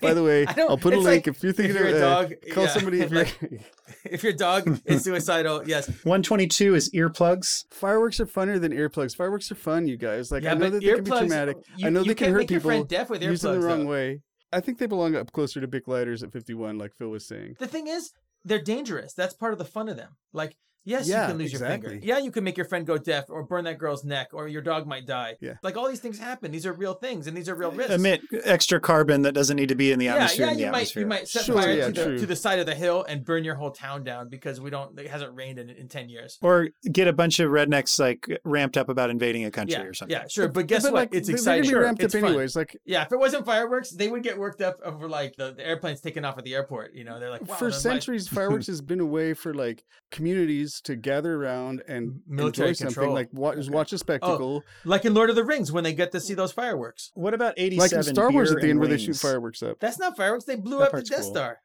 Speaker 1: By
Speaker 2: mean,
Speaker 1: the way,
Speaker 2: I don't-
Speaker 1: I'll put a
Speaker 2: it's
Speaker 1: link
Speaker 2: like
Speaker 1: if you're thinking
Speaker 2: if you're
Speaker 1: of
Speaker 2: a
Speaker 1: uh,
Speaker 2: dog,
Speaker 1: Call
Speaker 2: yeah,
Speaker 1: somebody if you're.
Speaker 2: like, if your dog is suicidal, yes.
Speaker 3: 122 is earplugs.
Speaker 1: fireworks are funner than earplugs. Fireworks are fun, you guys. Like,
Speaker 2: yeah,
Speaker 1: I know
Speaker 2: but
Speaker 1: that they
Speaker 2: earplugs,
Speaker 1: can be traumatic.
Speaker 2: You,
Speaker 1: I know
Speaker 2: you
Speaker 1: they can
Speaker 2: can't
Speaker 1: hurt
Speaker 2: make your friend
Speaker 1: people
Speaker 2: deaf with
Speaker 1: Used in the
Speaker 2: earplugs,
Speaker 1: wrong
Speaker 2: though.
Speaker 1: way. I think they belong up closer to big lighters at 51, like Phil was saying.
Speaker 2: The thing is, they're dangerous. That's part of the fun of them. Like, yes,
Speaker 1: Yeah,
Speaker 2: you can lose your finger.
Speaker 1: exactly.
Speaker 2: Yeah, you can make your friend go deaf or burn that girl's neck or your dog might die.
Speaker 1: Yeah.
Speaker 2: Like, all these things happen. These are real things and these are real risks.
Speaker 3: Emit extra carbon that doesn't need to be in the
Speaker 2: yeah,
Speaker 3: atmosphere.
Speaker 2: yeah,
Speaker 3: in the
Speaker 2: you might,
Speaker 3: atmosphere.
Speaker 2: you might set
Speaker 1: Sure,
Speaker 2: fire
Speaker 1: yeah,
Speaker 2: to, the,
Speaker 1: true.
Speaker 2: to the side of the hill and burn your whole town down because we don't, it hasn't rained in, in 10 years.
Speaker 3: Or get a bunch of rednecks like ramped up about invading a country
Speaker 2: Yeah,
Speaker 3: or something.
Speaker 2: yeah, sure. But guess
Speaker 1: But,
Speaker 2: what?
Speaker 1: like,
Speaker 2: it's
Speaker 1: they're-
Speaker 2: exciting.
Speaker 1: They're gonna be ramped
Speaker 2: it's
Speaker 1: up
Speaker 2: fun.
Speaker 1: anyways. Like,
Speaker 2: Yeah, if it wasn't fireworks, they would get worked up over like the, the airplanes taking off at the airport. You know, they're like, wow,
Speaker 1: for
Speaker 2: the light-
Speaker 1: centuries, fireworks has been a way for like communities to gather around and
Speaker 2: Military
Speaker 1: enjoy something,
Speaker 2: control. Oh,
Speaker 1: like watch, watch a spectacle,
Speaker 2: Like in Lord of the Rings when they get to see those fireworks.
Speaker 3: What about 87?
Speaker 1: like in Star Wars
Speaker 3: beer
Speaker 1: at the
Speaker 3: and
Speaker 1: end where they shoot
Speaker 3: wings?
Speaker 1: fireworks up.
Speaker 2: That's not fireworks. They blew
Speaker 3: That
Speaker 2: up the
Speaker 3: part's
Speaker 2: Death
Speaker 3: cool.
Speaker 2: Star.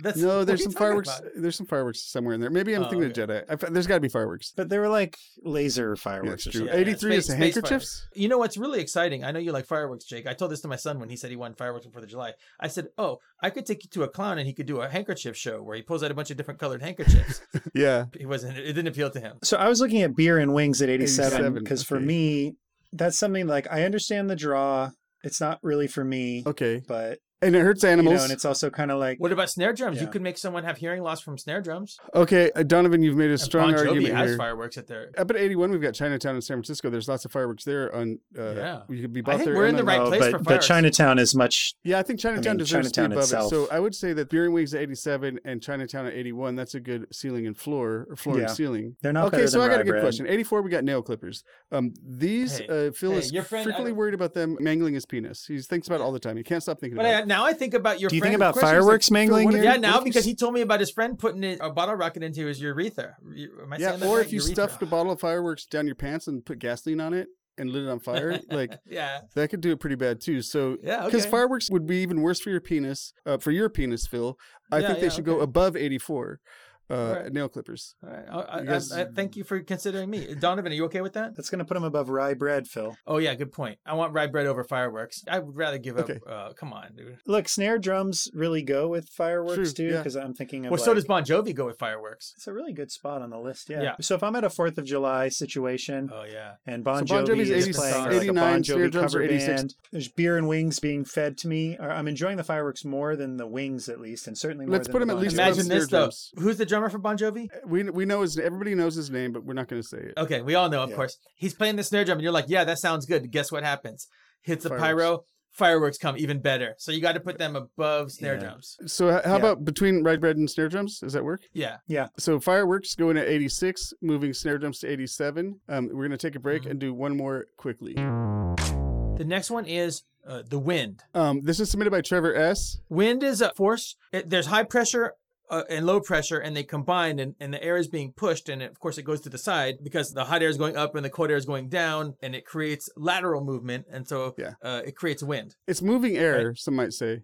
Speaker 2: That's
Speaker 1: no,
Speaker 2: what are
Speaker 1: there's
Speaker 2: you
Speaker 1: some
Speaker 2: talking
Speaker 1: fireworks.
Speaker 2: about?
Speaker 1: There's some fireworks somewhere in there. Maybe I'm
Speaker 2: Oh,
Speaker 1: thinking of Jedi. I f there's got to be fireworks.
Speaker 3: But they were like laser
Speaker 1: Yeah,
Speaker 3: fireworks
Speaker 1: it's
Speaker 3: or
Speaker 1: true.
Speaker 3: something.
Speaker 2: Yeah, yeah,
Speaker 1: 83 is
Speaker 2: space-
Speaker 1: the
Speaker 2: space
Speaker 1: handkerchiefs.
Speaker 2: You know what's really exciting? I know you like fireworks, Jake. I told this to my son when he said he won fireworks before the July. I said, "Oh, I could take you to a clown and he could do a handkerchief show where he pulls out a bunch of different colored handkerchiefs."
Speaker 1: Yeah.
Speaker 2: he wasn't. It didn't appeal to him.
Speaker 3: So I was looking at beer and wings at 87
Speaker 1: 87,
Speaker 3: because for
Speaker 1: okay.
Speaker 3: me, that's something like I understand the draw. It's not really for me,
Speaker 1: Okay.
Speaker 3: but
Speaker 1: And it hurts
Speaker 3: you
Speaker 1: animals.
Speaker 3: know, and it's also kind of like
Speaker 2: What about snare drums? You
Speaker 3: Yeah.
Speaker 2: could make someone have hearing loss from snare drums.
Speaker 1: okay, uh, Donovan, you've made a
Speaker 2: And
Speaker 1: strong
Speaker 2: bon Jovi
Speaker 1: argument
Speaker 2: has
Speaker 1: here.
Speaker 2: fireworks at their.
Speaker 1: Up at 81, we've got Chinatown in San Francisco. There's lots of fireworks there. On uh,
Speaker 2: Yeah.
Speaker 1: you could be
Speaker 2: I
Speaker 1: bought
Speaker 2: think
Speaker 1: there.
Speaker 2: we're in
Speaker 1: and
Speaker 2: the
Speaker 1: on-
Speaker 2: right
Speaker 3: oh,
Speaker 2: place for
Speaker 3: but, but
Speaker 2: fireworks.
Speaker 3: Chinatown is much
Speaker 1: Yeah, I think Chinatown
Speaker 3: mean,
Speaker 1: deserves to
Speaker 3: Chinatown
Speaker 1: be above
Speaker 3: itself.
Speaker 1: it. So I would say that Beer and Wings at 87 and Chinatown at 81, that's a good ceiling and floor, or floor
Speaker 3: Yeah.
Speaker 1: and ceiling.
Speaker 3: they're not
Speaker 1: okay,
Speaker 3: better
Speaker 1: so I
Speaker 3: than
Speaker 1: got
Speaker 3: rye
Speaker 1: a good
Speaker 3: bread.
Speaker 1: question. 84, we got nail clippers. Um, these,
Speaker 2: Hey,
Speaker 1: uh, Phil
Speaker 2: hey,
Speaker 1: is
Speaker 2: your friend- I
Speaker 1: frequently
Speaker 2: don't-
Speaker 1: worried about them mangling his penis. He thinks about it all the time. He can't stop thinking
Speaker 2: But
Speaker 1: about
Speaker 2: I,
Speaker 1: it.
Speaker 2: now I think about your.
Speaker 3: Do you
Speaker 2: friend.
Speaker 3: think about
Speaker 1: question is, like,
Speaker 3: fireworks
Speaker 1: Phil,
Speaker 3: mangling
Speaker 1: what
Speaker 3: here?
Speaker 1: if-
Speaker 2: Yeah,
Speaker 1: what
Speaker 2: now
Speaker 1: if you
Speaker 2: because
Speaker 1: s-
Speaker 2: he told me about his friend putting in a bottle rocket into his urethra. Re- Am I saying
Speaker 1: Yeah,
Speaker 2: that
Speaker 1: or
Speaker 2: right?
Speaker 1: if you
Speaker 2: Urethra.
Speaker 1: stuffed a bottle of fireworks down your pants and put gasoline on it and lit it on fire, like
Speaker 2: yeah,
Speaker 1: that could do it pretty bad too. So
Speaker 2: yeah, okay.
Speaker 1: Because fireworks would be even worse for your penis, uh, for your penis, Phil. I
Speaker 2: Yeah,
Speaker 1: think they
Speaker 2: yeah,
Speaker 1: should
Speaker 2: okay.
Speaker 1: go above 84 uh,
Speaker 2: right.
Speaker 1: nail clippers.
Speaker 2: All right. I, I,
Speaker 1: You guys-
Speaker 2: I, I, thank you for considering me, Donovan. Are you okay with that?
Speaker 3: That's going to put them above rye bread, Phil.
Speaker 2: Oh yeah, good point. I want rye bread over fireworks. I would rather give up.
Speaker 1: Okay.
Speaker 2: Uh, come on, dude.
Speaker 3: Look, snare drums really go with fireworks
Speaker 1: True,
Speaker 3: too,
Speaker 1: yeah.
Speaker 3: because I'm thinking of.
Speaker 2: Well, so
Speaker 3: like-
Speaker 2: does Bon Jovi go with fireworks?
Speaker 3: It's a really good spot on the list, yeah.
Speaker 2: Yeah.
Speaker 3: So if I'm at a Fourth of July situation
Speaker 2: Oh yeah.
Speaker 3: and Bon,
Speaker 1: So Bon
Speaker 3: Jovi
Speaker 1: Jovi's
Speaker 3: is
Speaker 2: 86,
Speaker 3: playing or like a
Speaker 1: 89,
Speaker 3: Bon
Speaker 1: Snare
Speaker 3: Jovi
Speaker 1: Drums are
Speaker 3: cover
Speaker 1: 86.
Speaker 3: band, there's beer and wings being fed to me. or I'm enjoying the fireworks more than the wings, at least, and certainly more
Speaker 1: Let's
Speaker 3: than
Speaker 1: put
Speaker 3: the
Speaker 1: 'em at
Speaker 3: Bon
Speaker 1: least
Speaker 3: Jovi.
Speaker 1: above
Speaker 2: Imagine
Speaker 1: snare
Speaker 2: this though.
Speaker 1: drums.
Speaker 2: Who's the drummer for Bon Jovi?
Speaker 1: Uh, We we know his everybody knows his name, but we're not going to say it.
Speaker 2: Okay, we all know, of
Speaker 3: Yeah.
Speaker 2: course. He's playing the snare drum, and you're like, yeah, that sounds good. Guess what happens? Hits the
Speaker 1: Fireworks.
Speaker 2: pyro. Fireworks come even better. So you got to put them above snare
Speaker 3: Yeah.
Speaker 2: drums.
Speaker 1: So h- how
Speaker 3: Yeah.
Speaker 1: about between rye bread and snare drums? Does that work?
Speaker 2: Yeah.
Speaker 1: So fireworks going at 86, moving snare drums to 87. Um, we're going to take a break
Speaker 2: Mhm.
Speaker 1: and do one more quickly.
Speaker 2: The next one is uh, the wind.
Speaker 1: Um, this is submitted by Trevor S.
Speaker 2: Wind is a force. It, there's high pressure uh, and low pressure, and they combine, and, and the air is being pushed, and of course it goes to the side because the hot air is going up and the cold air is going down, and it creates lateral movement, and so
Speaker 1: Yeah.
Speaker 2: uh, it creates wind.
Speaker 1: It's moving air, some might say.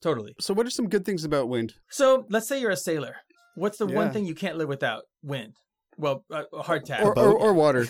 Speaker 2: Totally.
Speaker 1: So what are some good things about wind?
Speaker 2: So let's say you're a sailor. What's the one
Speaker 1: Yeah.
Speaker 2: thing you can't live without? Wind. Well, a, a hardtack.
Speaker 1: Or, or,
Speaker 3: boat.
Speaker 1: or water.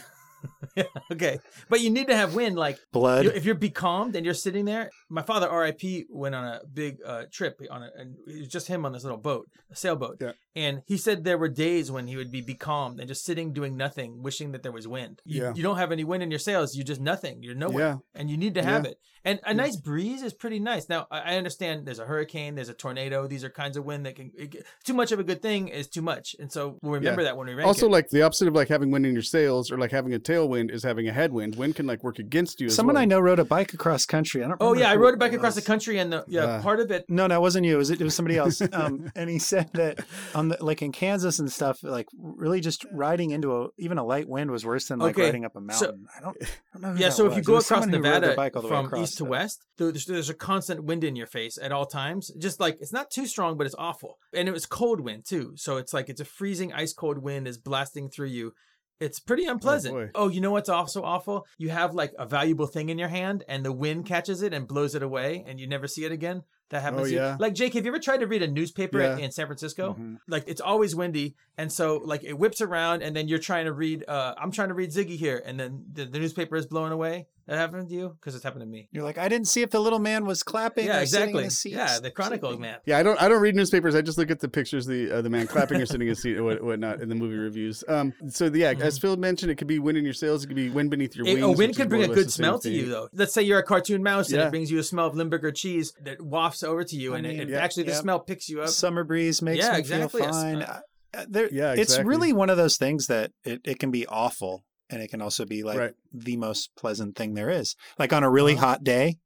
Speaker 2: okay, but you need to have wind. Like
Speaker 3: Blood.
Speaker 2: you- if you're becalmed and you're sitting there, my father, R.I.P., went on a big uh, trip on a, and it was just him on this little boat, a sailboat,
Speaker 1: Yeah.
Speaker 2: And he said there were days when he would be becalmed and just sitting doing nothing, wishing that there was wind. You,
Speaker 1: Yeah.
Speaker 2: you don't have any wind in your sails. You're just nothing. You're nowhere.
Speaker 1: Yeah.
Speaker 2: And you need to
Speaker 1: Yeah.
Speaker 2: have it. And a
Speaker 1: Yeah.
Speaker 2: nice breeze is pretty nice. Now, I I understand there's a hurricane, there's a tornado. These are kinds of wind that can. It, too much of a good thing is too much. And so we'll remember that when we rank
Speaker 1: also,
Speaker 2: it.
Speaker 1: like the opposite of like having wind in your sails or like having a tailwind is having a headwind. Wind can like work against you. As
Speaker 3: Someone
Speaker 1: well.
Speaker 3: I know rode a bike across country. I don't.
Speaker 2: Oh
Speaker 3: remember
Speaker 2: yeah, I
Speaker 3: who
Speaker 2: rode it back across
Speaker 3: was.
Speaker 2: the country, and the yeah
Speaker 1: Ah.
Speaker 2: part of it.
Speaker 3: No, no, it wasn't you. It was it was somebody else. Um, and he said that on the like in Kansas and stuff, like really just riding into a even a light wind was worse than like
Speaker 2: Okay,
Speaker 3: riding up
Speaker 2: so-
Speaker 3: a mountain. I don't, I don't know. Who
Speaker 2: Yeah,
Speaker 3: that
Speaker 2: so if
Speaker 3: was.
Speaker 2: you
Speaker 3: It
Speaker 2: go
Speaker 3: was
Speaker 2: across
Speaker 3: someone who rode their
Speaker 2: Nevada
Speaker 3: bike all the way
Speaker 2: from
Speaker 3: across
Speaker 2: east to
Speaker 3: the-
Speaker 2: west, there's, there's a constant wind in your face at all times. Just like it's not too strong, but it's awful, and it was cold wind too. So it's like it's a freezing, ice cold wind is blasting through you. It's pretty unpleasant.
Speaker 1: boy.
Speaker 2: oh, you know what's also awful? You have like a valuable thing in your hand, and the wind catches it and blows it away, and you never see it again. That happens.
Speaker 1: Oh,
Speaker 2: to you.
Speaker 1: yeah.
Speaker 2: Like Jake, have you ever tried to read a newspaper
Speaker 1: Yeah.
Speaker 2: in San Francisco?
Speaker 3: Mhm.
Speaker 2: like it's always windy and so like it whips around and then you're trying to read uh i'm trying to read ziggy here and then the, the newspaper is blowing away that happened to you because it's happened to me
Speaker 3: You're like, I didn't see if the little man was clapping.
Speaker 2: yeah
Speaker 3: or sitting
Speaker 2: exactly
Speaker 3: in the seats."
Speaker 2: yeah the chronicle
Speaker 3: Sleeping.
Speaker 2: man
Speaker 1: Yeah, I don't. I don't read newspapers. I just look at the pictures, the uh, the man clapping or sitting in a seat and what, whatnot, in the movie reviews. Um. So yeah, as Phil mentioned, it could be wind in your sails. It could be wind beneath your
Speaker 2: It-
Speaker 1: wings.
Speaker 2: Mm-hmm. a wind
Speaker 1: which
Speaker 2: could
Speaker 1: is
Speaker 2: bring
Speaker 1: more
Speaker 2: a
Speaker 1: or less
Speaker 2: good
Speaker 1: the same
Speaker 2: smell to
Speaker 1: thing.
Speaker 2: you though let's say you're a cartoon mouse and
Speaker 1: Yeah.
Speaker 2: it brings you a smell of limburger cheese that wafts over to you
Speaker 3: I
Speaker 2: and it-
Speaker 3: mean,
Speaker 2: it,
Speaker 1: yeah,
Speaker 2: actually the
Speaker 3: yeah.
Speaker 2: smell picks you up
Speaker 3: Summer breeze makes
Speaker 2: Yeah,
Speaker 3: me
Speaker 2: exactly.
Speaker 3: feel
Speaker 2: It's-
Speaker 3: fine.
Speaker 2: uh,
Speaker 3: Uh, there,
Speaker 1: Yeah,
Speaker 3: it's
Speaker 1: exactly.
Speaker 3: really one of those things that it, it can be awful and it can also be like
Speaker 1: Right.
Speaker 3: the most pleasant thing there is. Like on a really hot day,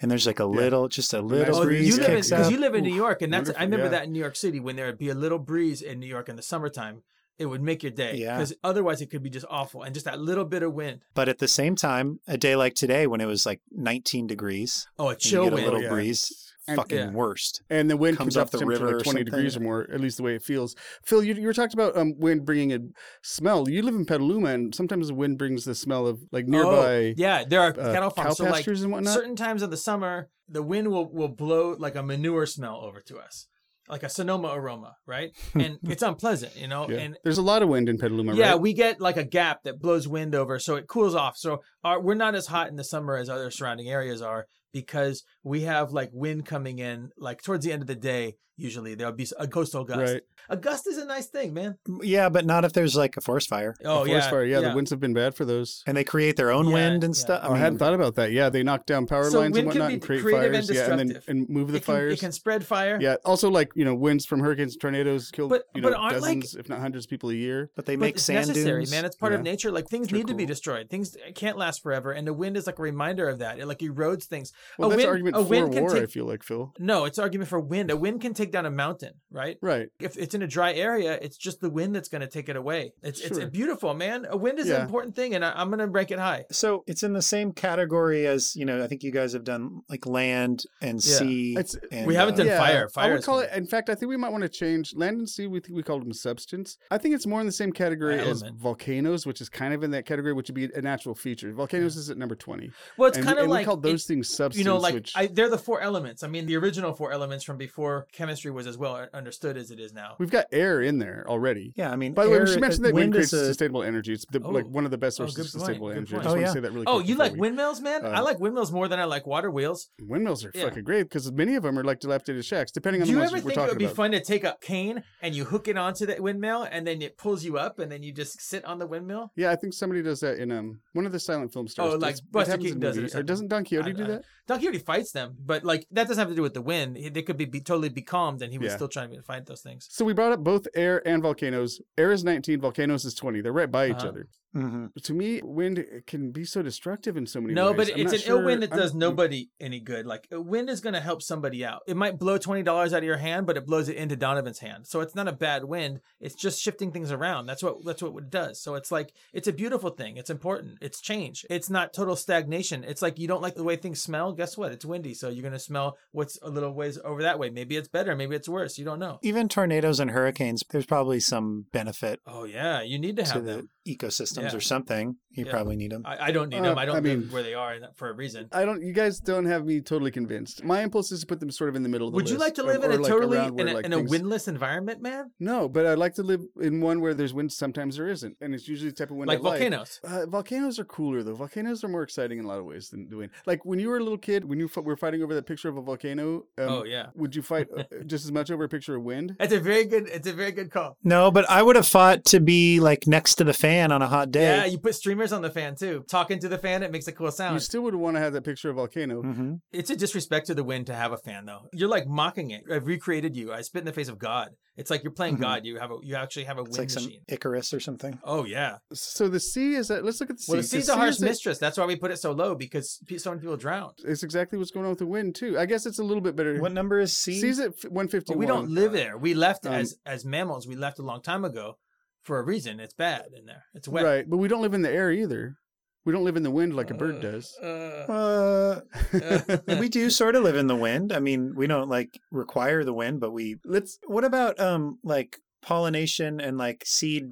Speaker 3: and there's like a little, just a little
Speaker 1: nice breeze
Speaker 3: breeze
Speaker 2: Uh-huh. Oh, you live in,
Speaker 3: kicks
Speaker 2: because
Speaker 3: up.
Speaker 2: you live in New
Speaker 1: Oof,
Speaker 2: York, and that's I
Speaker 1: wonderful,
Speaker 2: remember
Speaker 1: yeah.
Speaker 2: that in New York City when there would be a little breeze in New York in the summertime, it would make your day.
Speaker 3: Yeah.
Speaker 2: Because otherwise, it could be just awful, and just that little bit of wind.
Speaker 3: But at the same time, a day like today when it was like 19 degrees,
Speaker 2: Oh, a
Speaker 3: and you
Speaker 2: chill
Speaker 3: get a
Speaker 2: wind.
Speaker 3: little
Speaker 1: Yeah.
Speaker 3: breeze,
Speaker 1: And-
Speaker 3: fucking
Speaker 2: yeah.
Speaker 3: worst.
Speaker 1: And the wind
Speaker 3: Comes
Speaker 1: comes off
Speaker 3: off the
Speaker 1: temperature
Speaker 3: river or
Speaker 1: like twenty
Speaker 3: something,
Speaker 1: degrees or
Speaker 3: yeah.
Speaker 1: more, at least the way it feels. Phil, you, you were talking about um, wind bringing a smell. You live in Petaluma, and sometimes the wind brings the smell of like
Speaker 2: Oh,
Speaker 1: nearby
Speaker 2: yeah, there are
Speaker 1: uh,
Speaker 2: cattle
Speaker 1: cow
Speaker 2: farms. So like
Speaker 1: pastures and whatnot.
Speaker 2: certain times of the summer, the wind will will blow like a manure smell over to us, like a Sonoma aroma, right? And it's unpleasant, you know.
Speaker 1: Yeah.
Speaker 2: Oh, And
Speaker 1: There's a lot of wind in Petaluma,
Speaker 2: yeah,
Speaker 1: right?
Speaker 2: we get like a gap that blows wind over, so it cools off. So our, we're not as hot in the summer as other surrounding areas are because we have like wind coming in, like towards the end of the day. Usually there'll be a coastal gust.
Speaker 1: Right.
Speaker 2: A gust is a nice thing, man.
Speaker 3: Yeah, but not if there's like a forest fire
Speaker 2: Oh
Speaker 1: The forest
Speaker 2: yeah,
Speaker 1: fire. Yeah, the winds have been bad for those.
Speaker 3: and they create their own
Speaker 2: Yeah,
Speaker 3: wind and
Speaker 2: yeah.
Speaker 3: stuff.
Speaker 1: I, hadn't thought about that. Yeah, they knock down power
Speaker 2: mm. So
Speaker 1: lines and
Speaker 2: wind can
Speaker 1: whatnot
Speaker 2: be
Speaker 1: and create
Speaker 2: creative and
Speaker 1: fires. yeah, and then
Speaker 2: destructive.
Speaker 1: and move the
Speaker 2: it, can,
Speaker 1: fires.
Speaker 2: it can spread fire.
Speaker 1: Yeah. Also, like you know, winds from hurricanes, and tornadoes kill
Speaker 2: But-
Speaker 1: you know
Speaker 2: but aren't, like-
Speaker 1: dozens, if not hundreds, of people a year.
Speaker 3: but they
Speaker 2: But
Speaker 3: make
Speaker 2: it's
Speaker 3: sand
Speaker 2: necessary,
Speaker 3: dunes.
Speaker 2: man. It's part of
Speaker 1: Yeah.
Speaker 2: nature. Like things
Speaker 3: Which are
Speaker 2: need to be
Speaker 3: cool.
Speaker 2: destroyed. Things can't last forever, and the wind is like a reminder of that. It like erodes things.
Speaker 1: Well,
Speaker 2: a
Speaker 1: that's
Speaker 2: wind,
Speaker 1: argument
Speaker 2: a
Speaker 1: for
Speaker 2: wind can
Speaker 1: war.
Speaker 2: take-
Speaker 1: I feel like Phil.
Speaker 2: no, it's argument for wind. A wind can take down a mountain, right?
Speaker 1: Right.
Speaker 2: If it's in a dry area, it's just the wind that's going to take it away. It's
Speaker 1: Sure.
Speaker 2: it's beautiful, man. A wind is an
Speaker 1: Yeah.
Speaker 2: important thing, and I, I'm going to rank it high.
Speaker 3: So it's in the same category as you know. I think you guys have done like land and
Speaker 2: Yeah.
Speaker 3: sea.
Speaker 1: It's-
Speaker 3: and,
Speaker 2: We haven't
Speaker 3: uh,
Speaker 2: done fire.
Speaker 1: I
Speaker 2: Fire
Speaker 1: would
Speaker 2: is
Speaker 1: call
Speaker 2: one.
Speaker 1: it. In fact, I think we might want to change land and sea. We think we called them substance. I think it's more in the same category as
Speaker 2: Element.
Speaker 1: volcanoes, which is kind of in that category, which would be a natural feature. Volcanoes is at number twenty.
Speaker 2: Well, it's
Speaker 1: and,
Speaker 2: kind of
Speaker 1: and
Speaker 2: like
Speaker 1: we call those things substance.
Speaker 2: you know, like
Speaker 1: which
Speaker 2: I, they're the four elements. I mean, the original four elements from before chemistry was as well understood as it is now.
Speaker 1: we've got air in there already.
Speaker 3: Yeah, I mean,
Speaker 1: By the way,
Speaker 3: air-
Speaker 1: we should mention
Speaker 3: uh,
Speaker 1: that wind,
Speaker 3: wind
Speaker 1: creates
Speaker 3: is a,
Speaker 1: sustainable energy. It's the,
Speaker 2: Oh.
Speaker 1: like one of the best
Speaker 2: Oh,
Speaker 1: sources
Speaker 2: good
Speaker 1: of
Speaker 2: point,
Speaker 1: sustainable
Speaker 2: good
Speaker 1: energy.
Speaker 2: point.
Speaker 1: I just
Speaker 3: Oh,
Speaker 1: want
Speaker 3: yeah.
Speaker 1: to say that really
Speaker 2: Oh,
Speaker 1: quick
Speaker 2: you
Speaker 1: before
Speaker 2: like
Speaker 1: we-
Speaker 2: windmills, man? I
Speaker 1: uh,
Speaker 2: like windmills more than I like water wheels.
Speaker 1: Windmills are
Speaker 2: Yeah.
Speaker 1: fucking great because many of them are like dilapidated shacks, depending on
Speaker 2: Do
Speaker 1: the
Speaker 2: you
Speaker 1: ones
Speaker 2: ever
Speaker 1: we're
Speaker 2: think it
Speaker 1: talking
Speaker 2: would be
Speaker 1: about.
Speaker 2: fun to take a cane and you hook it onto that windmill and then it pulls you up and then you just sit on the windmill?
Speaker 1: Yeah, I think somebody does that in um one of the Silent Film stars.
Speaker 2: Oh,
Speaker 1: does-
Speaker 2: like
Speaker 1: it
Speaker 2: Buster
Speaker 1: happens in
Speaker 2: Keaton does it or
Speaker 1: movies.
Speaker 2: something.
Speaker 1: doesn't Don Quixote
Speaker 2: I-
Speaker 1: do
Speaker 2: I-
Speaker 1: that?
Speaker 2: Don Quixote fights them, but like that doesn't have to do with the wind. He- They could be, be totally becalmed and he would
Speaker 1: Yeah.
Speaker 2: still try to fight those things.
Speaker 1: So we brought up both air and volcanoes. Air is 19, volcanoes is 20. They're right by each
Speaker 2: Uh-huh.
Speaker 1: other.
Speaker 3: Mhm.
Speaker 1: But to me, wind can be so destructive in so many
Speaker 2: No,
Speaker 1: ways.
Speaker 2: but
Speaker 1: I'm
Speaker 2: it's
Speaker 1: not
Speaker 2: an
Speaker 1: sure-
Speaker 2: ill wind that
Speaker 1: I'm-
Speaker 2: does nobody any good. Like a wind is going to help somebody out. It might blow twenty dollars out of your hand, but it blows it into Donovan's hand. So it's not a bad wind. It's just shifting things around. That's what that's what it does. So it's like it's a beautiful thing. It's important. It's change. It's not total stagnation. It's like you don't like the way things smell. Guess what? It's windy, so you're going to smell what's a little ways over that way. Maybe it's better. Maybe it's
Speaker 1: E
Speaker 2: worse. You don't know.
Speaker 3: even tornadoes and hurricanes. There's probably some benefit
Speaker 2: Oh yeah, you need to
Speaker 3: to
Speaker 2: have
Speaker 3: the
Speaker 2: them.
Speaker 3: ecosystems
Speaker 2: Yeah.
Speaker 3: or something. You
Speaker 2: Yeah.
Speaker 3: probably need them.
Speaker 2: I, I don't need
Speaker 1: Uh,
Speaker 2: them. I don't
Speaker 1: I
Speaker 2: live
Speaker 1: mean-
Speaker 2: where they are and that- for a reason.
Speaker 1: I don't. You guys don't have me totally convinced. My impulse is to put them sort of in the middle of the
Speaker 2: Would you
Speaker 1: list,
Speaker 2: like to
Speaker 1: or-
Speaker 2: live in
Speaker 1: or
Speaker 2: a
Speaker 1: like
Speaker 2: totally
Speaker 1: around
Speaker 2: in
Speaker 1: where,
Speaker 2: a,
Speaker 1: like,
Speaker 2: in a
Speaker 1: things-
Speaker 2: windless environment, man?
Speaker 1: No, but I'd like to live in one where there's wind. Sometimes there isn't, and it's usually the type of wind
Speaker 2: like
Speaker 1: I like.
Speaker 2: volcanoes.
Speaker 1: Uh, volcanoes are cooler though. Volcanoes are more exciting in a lot of ways than doing. Like when you were a little kid, when you f- were fighting over that picture of a volcano. Um,
Speaker 2: oh yeah,
Speaker 1: Would you fight uh, just as much over a picture of wind?
Speaker 2: that's a very good. It's a very good call.
Speaker 3: No, but I would have fought to be like next to the fan on a hot
Speaker 2: Yeah,
Speaker 3: day.
Speaker 2: you put streamers on the fan too. Talking to the fan, it makes a cool
Speaker 1: You
Speaker 2: sound.
Speaker 1: still would want to have that picture of volcano.
Speaker 2: Mm-hmm.
Speaker 3: hmm
Speaker 2: It's a disrespect to the wind to have a fan, though. You're like mocking it. I've recreated you. I spit in the face of God. It's like you're playing
Speaker 1: Mm-hmm.
Speaker 3: Mhm.
Speaker 2: God. You have a, you actually have a
Speaker 3: It's
Speaker 2: wind
Speaker 3: like some
Speaker 2: machine.
Speaker 3: Icarus or something.
Speaker 2: Oh yeah.
Speaker 1: So the sea is that. Let's look at the sea.
Speaker 2: Well, the
Speaker 1: 'cause
Speaker 2: sea's a harsh
Speaker 1: is that-
Speaker 2: mistress. That's why we put it so low because pe- so many people drown.
Speaker 1: It's exactly what's going on with the wind too. I guess it's a little bit better.
Speaker 3: What number is C?
Speaker 1: Sea's at one fifty one.
Speaker 2: But we don't live there. We left
Speaker 1: Um,
Speaker 2: as as mammals. We left a long time ago, for a reason. It's bad in there. It's wet.
Speaker 1: Right, but we don't live in the air either. We don't live in the wind like a bird does.
Speaker 2: Uh,
Speaker 3: Uh,
Speaker 2: uh,
Speaker 3: we do sort of live in the wind. I mean, we don't like require the wind, but we.
Speaker 1: Let's
Speaker 3: What about um like pollination and like seed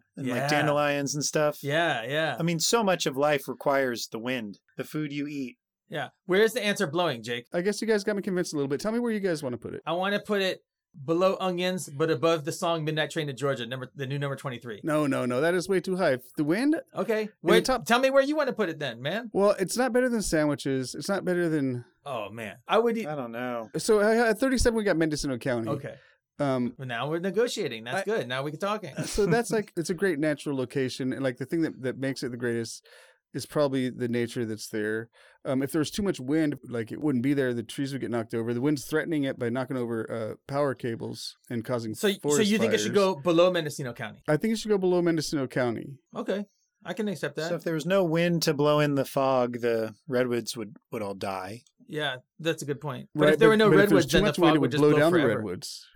Speaker 2: Oh,
Speaker 3: and
Speaker 2: yeah.
Speaker 3: like dandelions and stuff?
Speaker 2: yeah, yeah,
Speaker 3: I mean, so much of life requires the wind, the food you eat.
Speaker 2: yeah. Where's the answer blowing, Jake?
Speaker 1: I guess you guys got me convinced a little bit. Tell me where you guys want to put it.
Speaker 2: I want to put it below onions, but above the song "Midnight Train to Georgia," number the new number twenty three.
Speaker 1: No, no, no. That is way too high. The wind?
Speaker 2: Okay, wait.
Speaker 1: top-
Speaker 2: Tell me where you want to put it then, man.
Speaker 1: Well, it's not better than sandwiches. It's not better than
Speaker 2: Oh man, I would. Eat-
Speaker 3: I don't know.
Speaker 1: So I- at 37 we got Mendocino County.
Speaker 2: okay,
Speaker 1: Um
Speaker 2: well, now we're negotiating. That's
Speaker 1: I-
Speaker 2: good. Now we can talking.
Speaker 1: so that's like it's a great natural location and like the thing that that makes it the greatest is probably the nature that's there. Um, if there was too much wind, like it wouldn't be there, the trees would get knocked over. The wind's threatening it by knocking over uh, power cables and causing
Speaker 2: So, so
Speaker 1: forest
Speaker 2: you think it should
Speaker 1: fires.
Speaker 2: go below Mendocino County?
Speaker 1: I think it should go below Mendocino County.
Speaker 2: Okay, I can accept that.
Speaker 3: So if there was no wind to blow in the fog, the redwoods would would all die.
Speaker 2: yeah, that's a good point. But
Speaker 1: Right,
Speaker 2: if there were no
Speaker 1: but if
Speaker 2: redwoods,
Speaker 1: too
Speaker 2: then the
Speaker 1: much wind,
Speaker 2: fog
Speaker 1: it
Speaker 2: would just blow,
Speaker 1: down
Speaker 2: forever.
Speaker 1: the redwoods.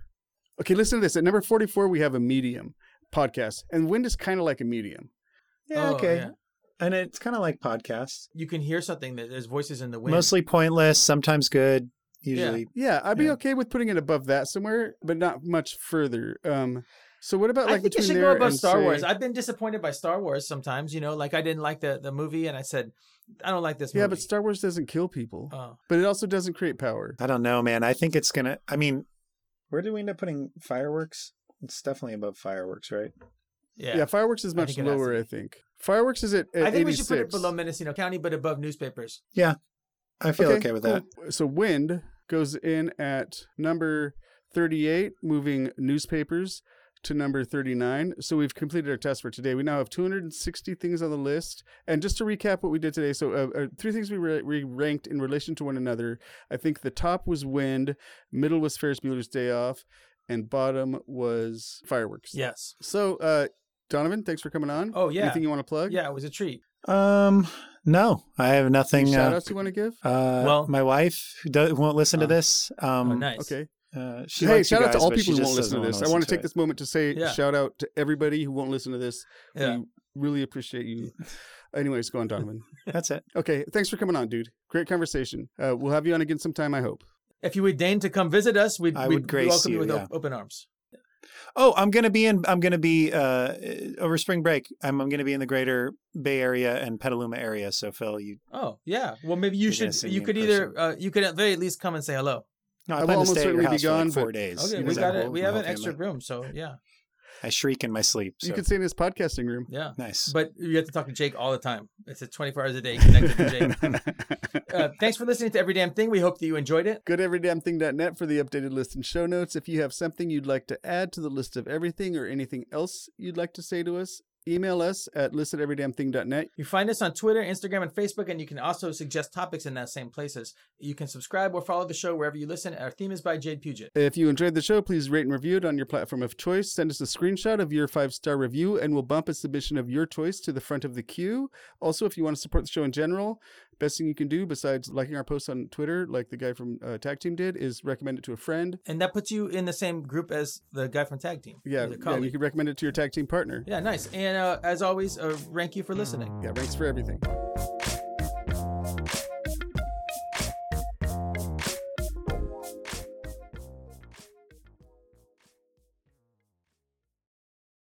Speaker 1: Okay, listen to this. At number 44, we have a medium podcast, and wind is kind of like a medium.
Speaker 3: Yeah,
Speaker 2: Oh,
Speaker 3: okay.
Speaker 2: yeah.
Speaker 3: And it's kind of like podcasts.
Speaker 2: You can hear something that there's voices in the wind.
Speaker 3: Mostly pointless, sometimes good, usually.
Speaker 1: Yeah, I'd be
Speaker 3: Yeah.
Speaker 1: okay with putting it above that somewhere, but not much further. Um, so what about like
Speaker 2: I think it
Speaker 1: between
Speaker 2: should
Speaker 1: there
Speaker 2: go above
Speaker 1: and
Speaker 2: Star Wars.
Speaker 1: say-
Speaker 2: I've been disappointed by Star Wars sometimes. You know, like I didn't like the the movie, and I said, I don't like this.
Speaker 1: yeah, but
Speaker 2: movie.
Speaker 1: Star Wars doesn't kill people,
Speaker 2: Oh.
Speaker 1: but it also doesn't create power.
Speaker 3: I don't know, man. I think it's gonna. I mean, where did we end up putting fireworks? It's definitely above fireworks, right?
Speaker 2: yeah.
Speaker 1: Yeah, fireworks is
Speaker 2: I
Speaker 1: much
Speaker 2: think it has to
Speaker 1: lower.
Speaker 2: be.
Speaker 1: I think fireworks is at, at
Speaker 2: I
Speaker 1: 86.
Speaker 2: think we should put it below Mendocino County, but above newspapers.
Speaker 3: I feel okay, with that.
Speaker 1: cool. So wind goes in at number 38, moving newspapers to number 39. So we've completed our test for today. We now have 260 things on the list. And just to recap what we did today, so uh, uh, three things we, ra- we ranked in relation to one another. I think the top was wind, middle was Ferris Bueller's Day Off, and bottom was fireworks.
Speaker 2: Yes.
Speaker 1: So, uh, Donovan, thanks for coming on.
Speaker 2: Oh, yeah.
Speaker 1: Anything you want to plug?
Speaker 2: Yeah, it was a treat.
Speaker 3: Um, no, I have
Speaker 1: Any
Speaker 3: nothing.
Speaker 1: shout
Speaker 3: uh,
Speaker 1: outs you want to give?
Speaker 3: uh,
Speaker 2: Well-
Speaker 3: my wife who do, won't listen
Speaker 2: Oh.
Speaker 3: to this. Um,
Speaker 2: oh, nice.
Speaker 1: Okay.
Speaker 3: uh, she
Speaker 1: hey,
Speaker 3: likes you
Speaker 1: shout out to
Speaker 3: guys,
Speaker 1: all
Speaker 3: but she
Speaker 1: people who
Speaker 3: just
Speaker 1: won't listen
Speaker 3: doesn't
Speaker 1: to
Speaker 3: wanna
Speaker 1: this. I want to take
Speaker 3: it.
Speaker 1: this moment to say
Speaker 2: Yeah.
Speaker 1: shout out to everybody who won't listen to this.
Speaker 2: Yeah.
Speaker 1: We really appreciate you. Anyways, go on, Donovan.
Speaker 3: That's it.
Speaker 1: okay, thanks for coming on, dude. Great conversation. Uh, we'll have you on again sometime, I hope.
Speaker 2: If you would deign to come visit us, we'd,
Speaker 3: I
Speaker 2: we'd
Speaker 3: would grace
Speaker 2: welcome you,
Speaker 3: you,
Speaker 2: with
Speaker 3: yeah.
Speaker 2: op- open arms.
Speaker 3: Oh, I'm gonna be in. I'm gonna be uh, over spring break. I'm, I'm gonna be in the greater Bay Area and Petaluma area. So Phil, you,
Speaker 2: Oh yeah. Well, maybe you
Speaker 3: You're gonna
Speaker 2: should.
Speaker 3: see
Speaker 2: You
Speaker 3: me in
Speaker 2: could either. Uh, you could at very least come and say hello.
Speaker 3: no,
Speaker 1: I
Speaker 3: I,
Speaker 1: will
Speaker 3: plan to
Speaker 1: almost
Speaker 3: stay at
Speaker 1: certainly
Speaker 3: your
Speaker 1: be
Speaker 3: house for like
Speaker 1: gone,
Speaker 3: four
Speaker 1: but-
Speaker 3: days.
Speaker 2: Okay,
Speaker 1: You
Speaker 2: we
Speaker 1: guys
Speaker 2: got
Speaker 1: have
Speaker 2: it.
Speaker 1: all-
Speaker 2: We
Speaker 3: My
Speaker 2: have
Speaker 3: whole
Speaker 2: an extra
Speaker 3: family.
Speaker 2: room, so yeah,
Speaker 3: I shriek in my sleep. So
Speaker 1: You can stay in his podcasting room.
Speaker 2: yeah.
Speaker 3: nice.
Speaker 2: But you have to talk to Jake all the time. It's a 24 hours a day connected to Jake. Uh, thanks for listening to Every Damn Thing. We hope that you enjoyed it.
Speaker 1: GoodEveryDamnThing.net for the updated list and show notes. If you have something you'd like to add to the list of everything or anything else you'd like to say to us, email us at list at everydamnthing.net.
Speaker 2: You find us on Twitter, Instagram, and Facebook, and you can also suggest topics in that same places. You can subscribe or follow the show wherever you listen. Our theme is by Jade Puget.
Speaker 1: If you enjoyed the show, please rate and review it on your platform of choice. Send us a screenshot of your five star review, and we'll bump a submission of your choice to the front of the queue. Also, if you want to support the show in general, best thing you can do besides liking our posts on Twitter, like the guy from uh, Tag Team did, is recommend it to a friend.
Speaker 2: And that puts you in the same group as the guy from Tag Team.
Speaker 1: Yeah,
Speaker 2: the
Speaker 1: yeah you
Speaker 2: colleague.
Speaker 1: can recommend it to your tag team partner.
Speaker 2: Yeah, nice. And uh, as always, uh, rank you for listening.
Speaker 1: Yeah, ranks for everything.